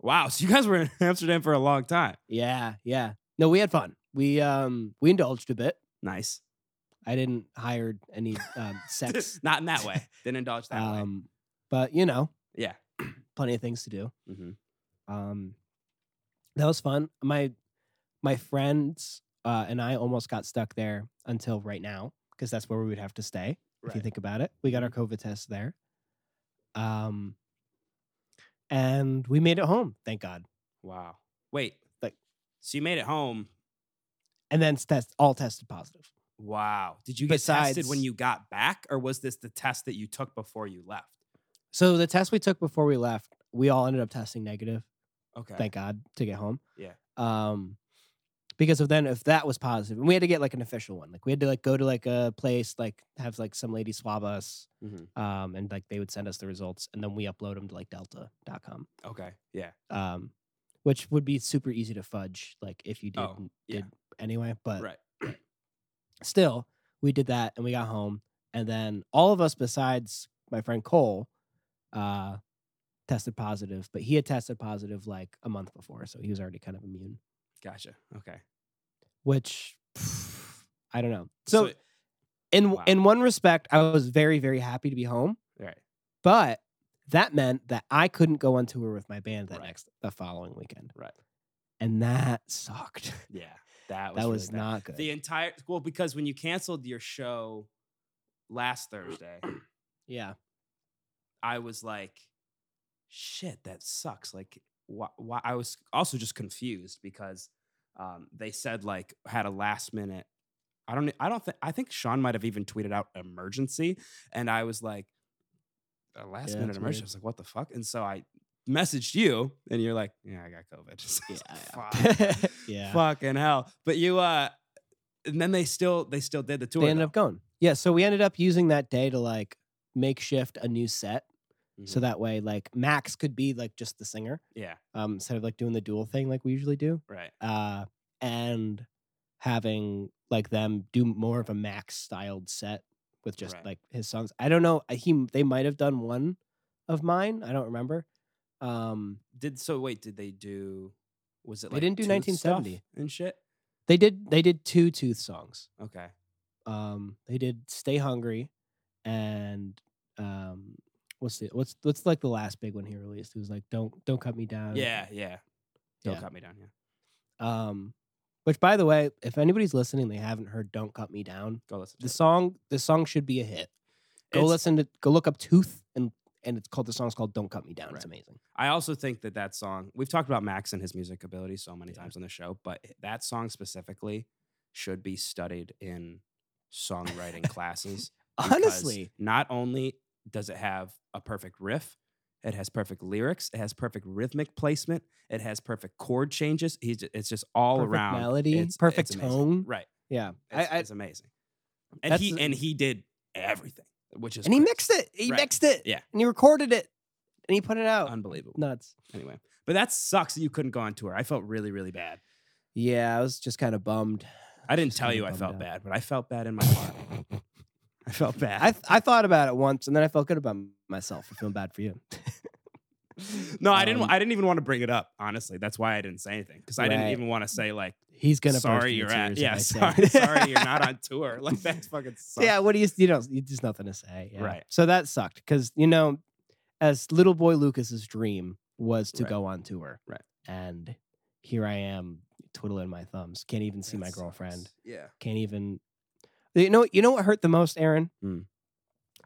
S1: wow. So you guys were in Amsterdam for a long time.
S2: Yeah, yeah. No, we had fun. We um we indulged a bit.
S1: Nice.
S2: I didn't hire any um, sex,
S1: Not in that way. Didn't indulge that way.
S2: um, but you know,
S1: Yeah.
S2: plenty of things to do.
S1: hmm
S2: Um, that was fun. My my friends uh, and I almost got stuck there until right now because that's where we would have to stay. If you think about it, we got our COVID test there. Um, and we made it home, thank God.
S1: Wow. Wait.
S2: Like-
S1: so you made it home.
S2: And then test all tested positive.
S1: Wow. Did you get tested when
S2: Besides-
S1: you got back, or was this the test that you took before you left?
S2: So the test we took before we left, we all ended up testing negative.
S1: Okay.
S2: Thank God to get home.
S1: Yeah.
S2: Um, because if then if that was positive, and we had to get like an official one, like we had to like go to like a place, like have like some lady swab us,
S1: Mhm.
S2: um, and like they would send us the results, and then we upload them to like Delta.com,
S1: okay. Yeah.
S2: um, which would be super easy to fudge, like if you did,
S1: Oh, yeah.
S2: did anyway. But
S1: Right.
S2: still, we did that and we got home, and then all of us besides my friend Cole, uh, tested positive, but he had tested positive like a month before, so he was already kind of immune.
S1: Gotcha. Okay.
S2: which I don't know. So,
S1: it-
S2: in
S1: wow.
S2: in one respect, I was very very happy to be home,
S1: right.
S2: but that meant that I couldn't go on tour with my band that
S1: Right.
S2: next the following weekend,
S1: Right.
S2: and that sucked.
S1: Yeah. That was
S2: that
S1: really
S2: was
S1: bad.
S2: not good.
S1: the entire well because when you canceled your show last Thursday,
S2: yeah,
S1: I was like, shit, that sucks. Like, why? why? I was also just confused because um, they said like had a last minute. I don't. I don't think. I think Sean might have even tweeted out emergency, and I was like, a last
S2: Yeah,
S1: minute
S2: that's
S1: emergency.
S2: weird.
S1: I was like, what the fuck? And so I messaged you, and you're like, yeah, I got COVID. So I was like,
S2: yeah, yeah.
S1: fuck.
S2: Yeah.
S1: Fucking hell. But you uh and then they still they still did the tour.
S2: they ended up going. Yeah, so we ended up using that day to like makeshift a new set, so that way like Max could be like just the singer
S1: Yeah,
S2: um, instead of like doing the dual thing like we usually do.
S1: right.
S2: uh, and having like them do more of a Max styled set with just
S1: Right.
S2: like his songs. I don't know. uh, He m- they might have done one of mine. I don't remember. Um,
S1: Did so wait, did they do was it
S2: They
S1: like
S2: didn't do
S1: Tooth
S2: 1970.
S1: stuff and shit?
S2: they did they did two Tooth songs.
S1: Okay.
S2: Um, they did Stay Hungry, and um, what's the what's what's like the last big one he released? It was like Don't Don't Cut Me Down.
S1: yeah, yeah. Don't
S2: Yeah.
S1: cut me down, yeah.
S2: Um, which by the way, if anybody's listening, they haven't heard Don't Cut Me Down.
S1: Go listen to
S2: the
S1: it.
S2: song the song should be a hit go
S1: It's-
S2: listen to go look up tooth and and it's called the song's called don't cut me down it's
S1: Right.
S2: amazing
S1: I also think that that song, we've talked about Max and his music ability so many
S2: Yeah.
S1: times on the show, but that song specifically should be studied in songwriting classes. because
S2: honestly
S1: not only does it have a perfect riff, it has perfect lyrics, it has perfect rhythmic placement, it has perfect chord changes. He's ju- it's just all
S2: Perfect
S1: around
S2: melody,
S1: it's-
S2: perfect
S1: it's amazing.
S2: tone.
S1: Right,
S2: yeah I,
S1: it's,
S2: I,
S1: it's amazing. And
S2: that's
S1: he
S2: the-
S1: and he did everything, which is
S2: and he
S1: crazy.
S2: mixed it he
S1: Right.
S2: mixed it
S1: Yeah.
S2: and he recorded it and he put it out
S1: unbelievable.
S2: nuts
S1: Anyway, but that sucks that you couldn't go on tour. I felt really really bad.
S2: Yeah, I was just kind of bummed.
S1: I didn't
S2: Just
S1: tell
S2: kinda
S1: you I
S2: bummed
S1: felt
S2: out.
S1: bad, but I felt bad in my heart. I felt bad.
S2: I, th- I thought about it once and then I felt good about myself for feeling bad for you.
S1: no, I didn't.
S2: um,
S1: I didn't even want to bring it up. Honestly, that's why I didn't say anything because I didn't
S2: Right.
S1: even want to say like,
S2: He's gonna. burst
S1: "Sorry,
S2: into
S1: you're at."
S2: tears if
S1: Yeah,
S2: I say
S1: sorry,
S2: it.
S1: sorry, you're not on tour. Like that fucking sucks.
S2: yeah, what do you? You don't. You just nothing to say. yeah.
S1: Right.
S2: So that sucked because you know, as little boy Lucas's dream was to
S1: Right.
S2: go on tour.
S1: Right.
S2: And here I am twiddling my thumbs. Can't even see
S1: That
S2: my
S1: sucks.
S2: girlfriend.
S1: Yeah.
S2: Can't even. You know. You know what hurt the most, Aaron.
S1: Mm.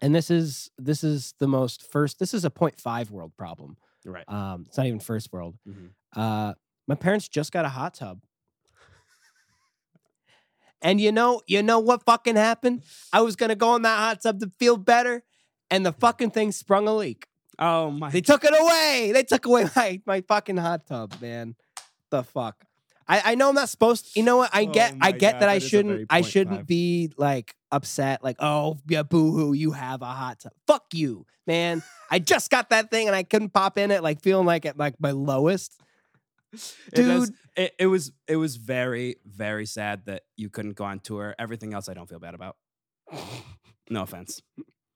S2: And this is this is the most first. This is a point five world problem.
S1: Right.
S2: Um, it's not even first world.
S1: Mhm.
S2: Uh, my parents just got a hot tub. and you know, you know what fucking happened? I was gonna go in that hot tub to feel better, and the fucking thing sprung a leak.
S1: Oh my.
S2: They took it away. They took away my my fucking hot tub, man. The fuck. I, I know I'm not supposed. you know what? I
S1: Oh
S2: get. I
S1: my
S2: get
S1: God,
S2: that
S1: that
S2: I
S1: is a very
S2: shouldn't. I
S1: point
S2: shouldn't
S1: five.
S2: be like upset. Like, oh yeah, boohoo, you have a hot tub. Fuck you, man. I just got that thing and I couldn't pop in it. Like feeling like at like my lowest.
S1: It does-
S2: Dude.
S1: it, it was it was very very sad that you couldn't go on tour. Everything else, I don't feel bad about. No offense,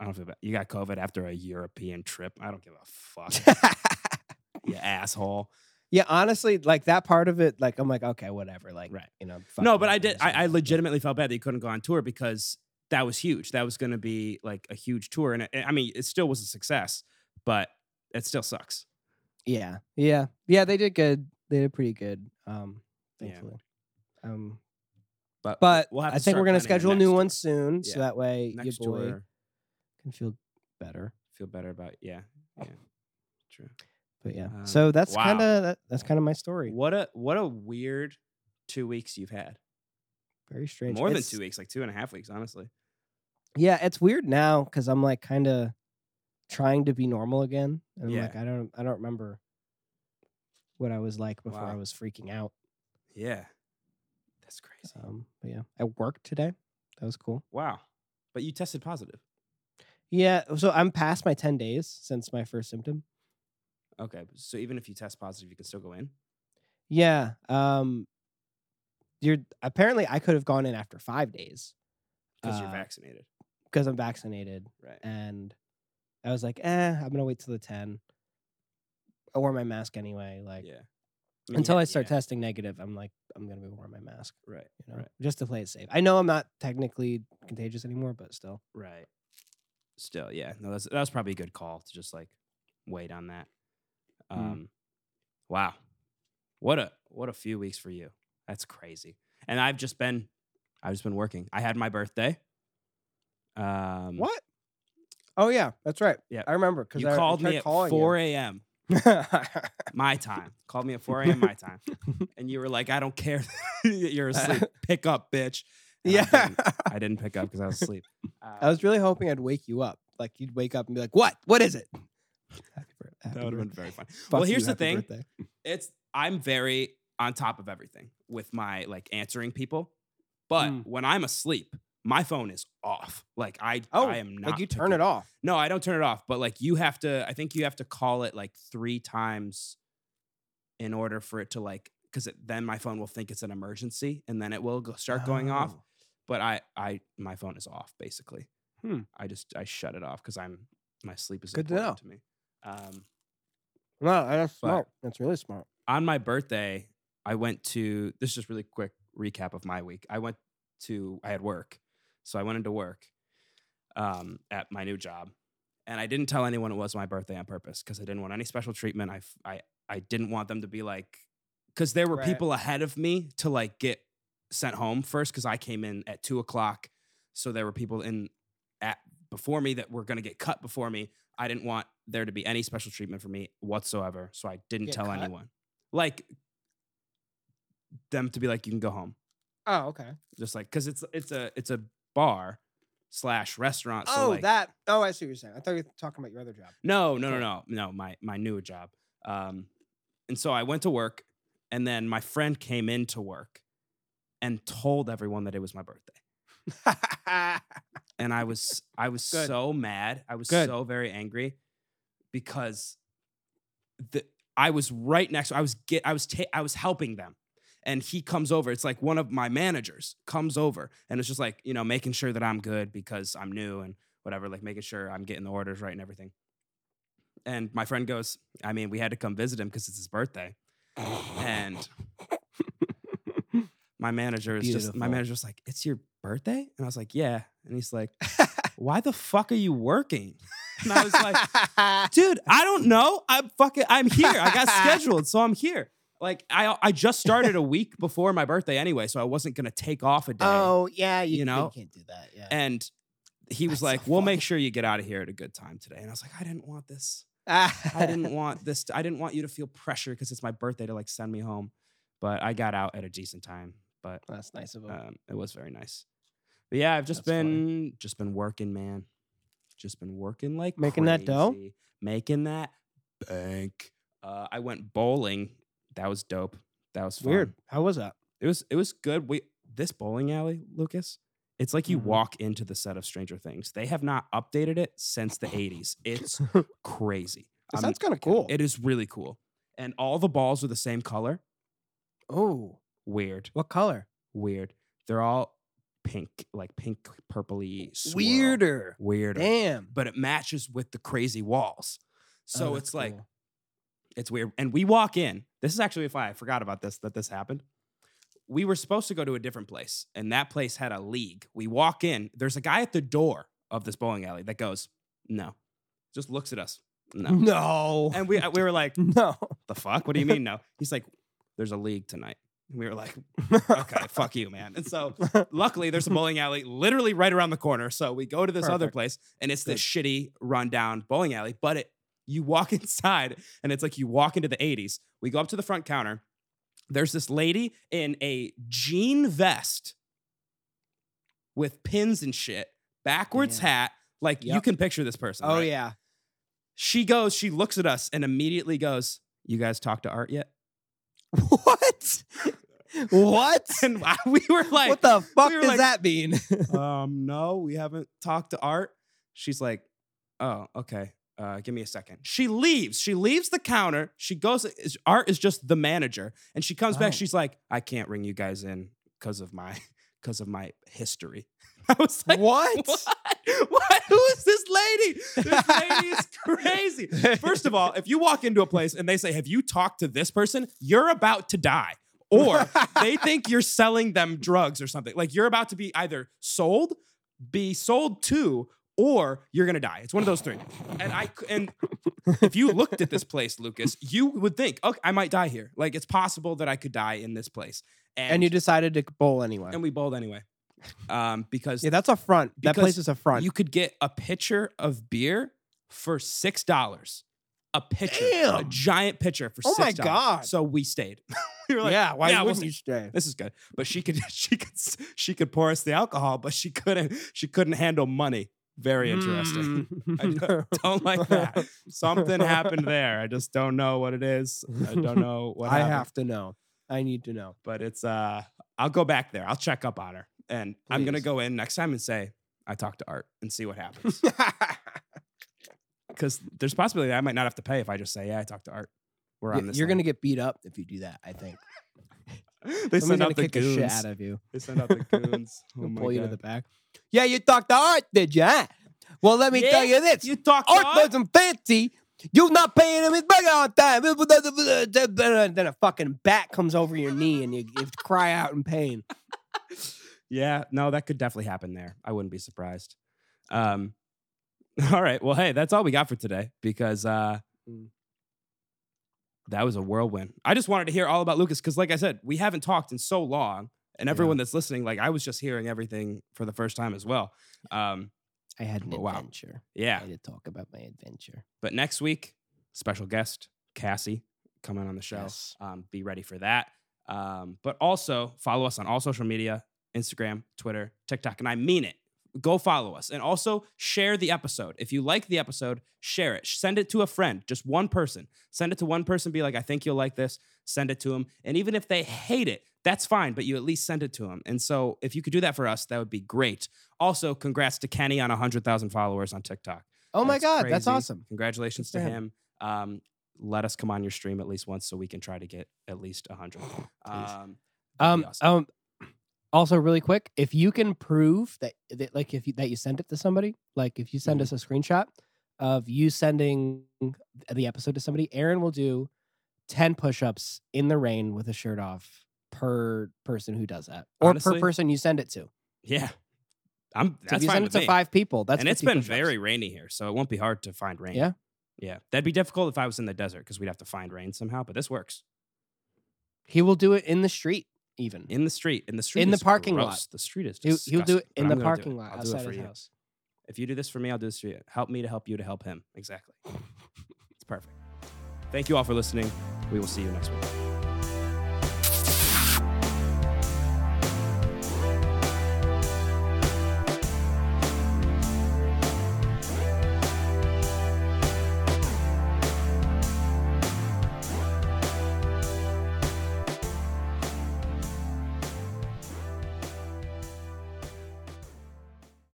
S1: I don't feel bad. You got COVID after a European trip. I don't give a fuck, you asshole.
S2: yeah, honestly, like that part of it, like I'm like, okay, whatever. Like,
S1: Right.
S2: you know. fuck
S1: No,
S2: it,
S1: but I
S2: like,
S1: did.
S2: just
S1: I, I
S2: whatever.
S1: legitimately felt bad that you couldn't go on tour because that was huge. That was going to be like a huge tour, and it, I mean, it still was a success, but it still sucks.
S2: Yeah, yeah, yeah. They did good. They did pretty good. Um,
S1: Yeah.
S2: thankfully. Um,
S1: But
S2: but
S1: we'll have
S2: I
S1: to
S2: think
S1: start
S2: we're gonna
S1: planning the
S2: schedule a
S1: next
S2: new one
S1: tour.
S2: soon, so
S1: Yeah.
S2: that way
S1: Next
S2: your boy
S1: tour,
S2: can feel better.
S1: feel better about yeah, yeah, true.
S2: But yeah,
S1: Um,
S2: so that's
S1: wow.
S2: kind of that, that's kind of my story.
S1: What a what a weird two weeks you've had.
S2: Very strange.
S1: More than
S2: It's-
S1: two weeks, like two and a half weeks, honestly.
S2: Yeah, it's weird now because I'm like kind of trying to be normal again, and I'm
S1: Yeah.
S2: like I don't I don't remember what I was like before I
S1: Wow.
S2: was freaking out.
S1: Yeah. That's crazy.
S2: Um, but yeah, I worked today. That was cool.
S1: Wow. But you tested positive.
S2: Yeah, so I'm past my ten days since my first symptom.
S1: Okay. So even if you test positive, you can still go in?
S2: Yeah. Um you're apparently I could have gone in after five days
S1: Because you're
S2: Uh,
S1: vaccinated.
S2: because I'm vaccinated.
S1: Right.
S2: And I was like, eh, I'm gonna wait till the 10. I wore my mask anyway. Like
S1: yeah.
S2: until I start
S1: testing.
S2: testing negative, I'm like, I'm gonna be wearing my mask,
S1: Right.
S2: you know,
S1: Right.
S2: just to play it safe. I know I'm not technically contagious anymore, but still.
S1: Right. Still, yeah. No, that's that was probably a good call to just like wait on that.
S2: Mm.
S1: Um wow. What a what a few weeks for you. That's crazy. And I've just been I've just been working. I had my birthday. Um
S2: What? Oh yeah, that's right.
S1: Yeah.
S2: I remember because
S1: you
S2: I, I
S1: called
S2: tried
S1: me at
S2: calling you.
S1: 4 a.m. my time. Called me at 4 a.m. my time. And you were like, I don't care. that You're asleep. Pick up, bitch. And I
S2: yeah.
S1: didn't, I didn't pick up because I was asleep. Uh,
S2: I was really hoping I'd wake you up. Like you'd wake up and be like, "What? What is it?" Happy bir- happy
S1: that would have been
S2: birth-
S1: very fun.
S2: fuck
S1: Well,
S2: you,
S1: here's the
S2: happy
S1: thing.
S2: birthday.
S1: It's I'm very on top of everything with my like answering people. But
S2: Mm.
S1: when I'm asleep, my phone is off. Like I,
S2: Oh,
S1: I am not.
S2: Like you turn
S1: picking-
S2: it off.
S1: No, I don't turn it off. But like you have to, I think you have to call it like three times in order for it to like, because then my phone will think it's an emergency and then it will go, start going off.
S2: Oh.
S1: But I, I, my phone is off basically.
S2: Hmm.
S1: I just, I shut it off because I'm, my sleep is
S2: Good to
S1: important to, me. Um,
S2: No, that's
S1: But-
S2: smart. That's really smart.
S1: on my birthday, I went to this is just really quick recap of my week. I went to I had work, so I went into work um, at my new job, and I didn't tell anyone it was my birthday on purpose because I didn't want any special treatment. I f- I I didn't want them to be like because there were
S2: Right.
S1: people ahead of me to like get sent home first because I came in at two o'clock, so there were people in at before me that were going to get cut before me. I didn't want there to be any special treatment for me whatsoever, so I didn't
S2: Get
S1: tell
S2: cut?
S1: anyone. Like them to be like, you can go home,
S2: Oh, okay.
S1: just like because it's it's a it's a bar slash restaurant. so,
S2: oh,
S1: like,
S2: that. Oh, I see what you're saying. I thought you were talking about your other job.
S1: No, no, no,
S2: Okay.
S1: no, no. My my new job. Um, and so I went to work, and then my friend came into work, and told everyone that it was my birthday. and I was I was
S2: Good.
S1: so mad. I was
S2: Good.
S1: so very angry because the I was right next. I was get I was ta- I was helping them, and he comes over. It's like one of my managers comes over and it's just like, you know, making sure that I'm good because I'm new and whatever, like making sure I'm getting the orders right and everything. And my friend goes, I mean, we had to come visit him because it's his birthday. And my manager is just my
S2: Beautiful.
S1: manager was like, It's your birthday? And I was like, Yeah. And he's like, Why the fuck are you working? And I was like, dude, I don't know. I'm fucking. I'm here. I got scheduled, so I'm here. Like I, I just started a week before my birthday anyway, so I wasn't gonna take off a day.
S2: oh yeah, you,
S1: You know?
S2: can't do that. Yeah.
S1: And he was
S2: That's so
S1: like, "We'll
S2: funny.
S1: make sure you get out of here at a good time today." And I was like, "I didn't want this. I didn't want this. To, I didn't want you to feel pressure because it's my birthday to like send me home." But I got out at a decent time. But
S2: That's nice of him.
S1: um, it was very nice. But yeah, I've just
S2: That's funny.
S1: been just been working, man. Just been working like
S2: Making that dough?
S1: crazy, making that bank. Uh, I went bowling. That was dope. That was fun.
S2: Weird. How was that?
S1: It was it was good. We this bowling alley, Lucas. It's like you
S2: Mhm.
S1: walk into the set of Stranger Things. They have not updated it since the '80s. It's crazy.
S2: That
S1: I'm
S2: sounds
S1: not
S2: kinda
S1: kidding.
S2: cool.
S1: It is really cool, and all the balls are the same color.
S2: Oh,
S1: Weird
S2: what color?
S1: weird. They're all pink, like pink purpley. swirl.
S2: Weirder.
S1: Weirder.
S2: Damn.
S1: But it matches with the crazy walls. So
S2: Oh,
S1: it's
S2: that's
S1: like
S2: cool.
S1: it's weird. And we walk in. This is actually a fly. I forgot about this that this happened. We were supposed to go to a different place, and that place had a league. We walk in. There's a guy at the door of this bowling alley that goes, "No," just looks at us, "No,"
S2: no.
S1: and we we were like,
S2: no.
S1: "The fuck? What do you mean no?" He's like, "There's a league tonight." And we were like, "Okay, fuck you, man." And so luckily there's a bowling alley literally right around the corner so we go to this other
S2: Perfect.
S1: place and it's
S2: Good.
S1: this shitty rundown bowling alley but it you walk inside and it's like you walk into the 80s we go up to the front counter there's this lady in a jean vest with pins and shit backwards
S2: Damn.
S1: hat like you
S2: Yep.
S1: can picture this person
S2: Oh
S1: right?
S2: yeah.
S1: she goes she looks at us and immediately goes you guys talk to art yet
S2: What? what?
S1: and I- we were like
S2: what the fuck
S1: were
S2: does
S1: like-
S2: that mean?
S1: um, no, we haven't talked to Art. She's like, oh, okay. Uh, give me a second. She leaves. She leaves the counter. She goes. is- Art is just the manager, and she comes
S2: Oh.
S1: back. She's like, I can't ring you guys in because of my because of my history. I was like,
S2: what?
S1: what? What? Who is this lady? This lady is crazy. First of all, if you walk into a place and they say, Have you talked to this person? You're about to die. Or they think you're selling them drugs or something. Like you're about to be either sold, be sold to, or you're gonna die. It's one of those three. And I c- and if you looked at this place, Lucas, you would think, okay, I might die here. Like it's possible that I could die in this place. And,
S2: and you decided to bowl anyway.
S1: and we bowled anyway. Um, because
S2: yeah, that's a front. that
S1: Because
S2: place is a front.
S1: you could get a pitcher of beer for six dollars. A pitcher, a
S2: Damn.
S1: giant pitcher for
S2: Oh
S1: $6.
S2: my God.
S1: So we stayed. we were like,
S2: yeah, why
S1: yeah, we'll
S2: wouldn't
S1: see.
S2: you stay?
S1: this is good. But she could, she could, s- she could pour us the alcohol, but she couldn't, she couldn't handle money. Very interesting.
S2: Mm.
S1: I don't- don't like that. Something happened there. I just don't know what it is. I don't know what
S2: I
S1: happened.
S2: have to know. I need to know.
S1: But it's, uh, I'll go back there. I'll check up on her, and I'm gonna
S2: Please.
S1: go in next time and say I talked to Art and see what happens. because there's a possibility that I might not have to pay if I just say, yeah, I talked to Art. We're on
S2: Y-
S1: this.
S2: You're gonna get beat up if you do that. I think.
S1: gonna. They
S2: Somebody's
S1: send
S2: gonna
S1: out the
S2: kick the shit
S1: goons.
S2: out of you.
S1: They send out the goons. Oh
S2: They'll
S1: my
S2: pull you to the
S1: God.
S2: back. Yeah, you talked to art, did you? huh? Well, let me tell
S1: Yeah,
S2: you this.
S1: You talked
S2: art
S1: to Art.
S2: wasn't fancy. You're not paying him his burger on time. uh, Then a fucking bat comes over your knee and you, you cry out in pain.
S1: Yeah, no, that could definitely happen there. I wouldn't be surprised. Um, all right. Well, hey, that's all we got for today because uh,
S2: Mm.
S1: that was a whirlwind. I just wanted to hear all about Lucas because, like I said, we haven't talked in so long, and
S2: Yeah.
S1: everyone that's listening, like I was just hearing everything for the first time as well. Um,
S2: I had an
S1: But wow.
S2: adventure. I
S1: yeah.
S2: had to talk about my adventure.
S1: But next week, special guest Cassie coming on the show.
S2: Yes.
S1: Um, be ready for that. Um, but also follow us on all social media: Instagram, Twitter, TikTok, and I mean it. Go follow us and also share the episode. If you like the episode, share it. Send it to a friend, just one person. Send it to one person. Be like, I think you'll like this. Send it to them. And even if they hate it, that's fine, but you at least send it to them. And so if you could do that for us, that would be great. Also, congrats to Kenny on 100,000 followers on TikTok.
S2: Oh my
S1: That's
S2: god, that's
S1: crazy.
S2: awesome.
S1: Congratulations
S2: Good
S1: to
S2: for
S1: him. Um, let us come on your stream at least once so we can try to get at least 100. Um, That'd
S2: Um,
S1: be awesome.
S2: um, also, really quick, if you can prove that, that like, if you, that you sent it to somebody, like, if you send
S1: Mhm.
S2: us a screenshot of you sending the episode to somebody, Aaron will do ten push-ups in the rain with a shirt off per person who does that, or per
S1: Honestly,
S2: person you send it to. So
S1: yeah, I'm. That's
S2: if you
S1: fine
S2: send it
S1: with
S2: to
S1: me.
S2: five people, that's
S1: and it's
S2: 50
S1: been
S2: push-ups.
S1: very rainy here, so it won't be hard to find rain.
S2: Yeah.
S1: yeah. That'd be difficult if I was in the desert because we'd have to find rain somehow. But this works
S2: He will do it in the street, even.
S1: in the street. In the street,
S2: In the
S1: is
S2: parking
S1: gross.
S2: lot.
S1: The street is.
S2: He, he'll do
S1: disgusting, but
S2: it in
S1: I'm
S2: the
S1: gonna do
S2: parking
S1: it.
S2: lot
S1: I'll do it
S2: outside
S1: for
S2: his
S1: you.
S2: house.
S1: If you do this for me, I'll do this for you. Help me to help you to help him. Exactly. It's perfect. Thank you all for listening. We will see you next week.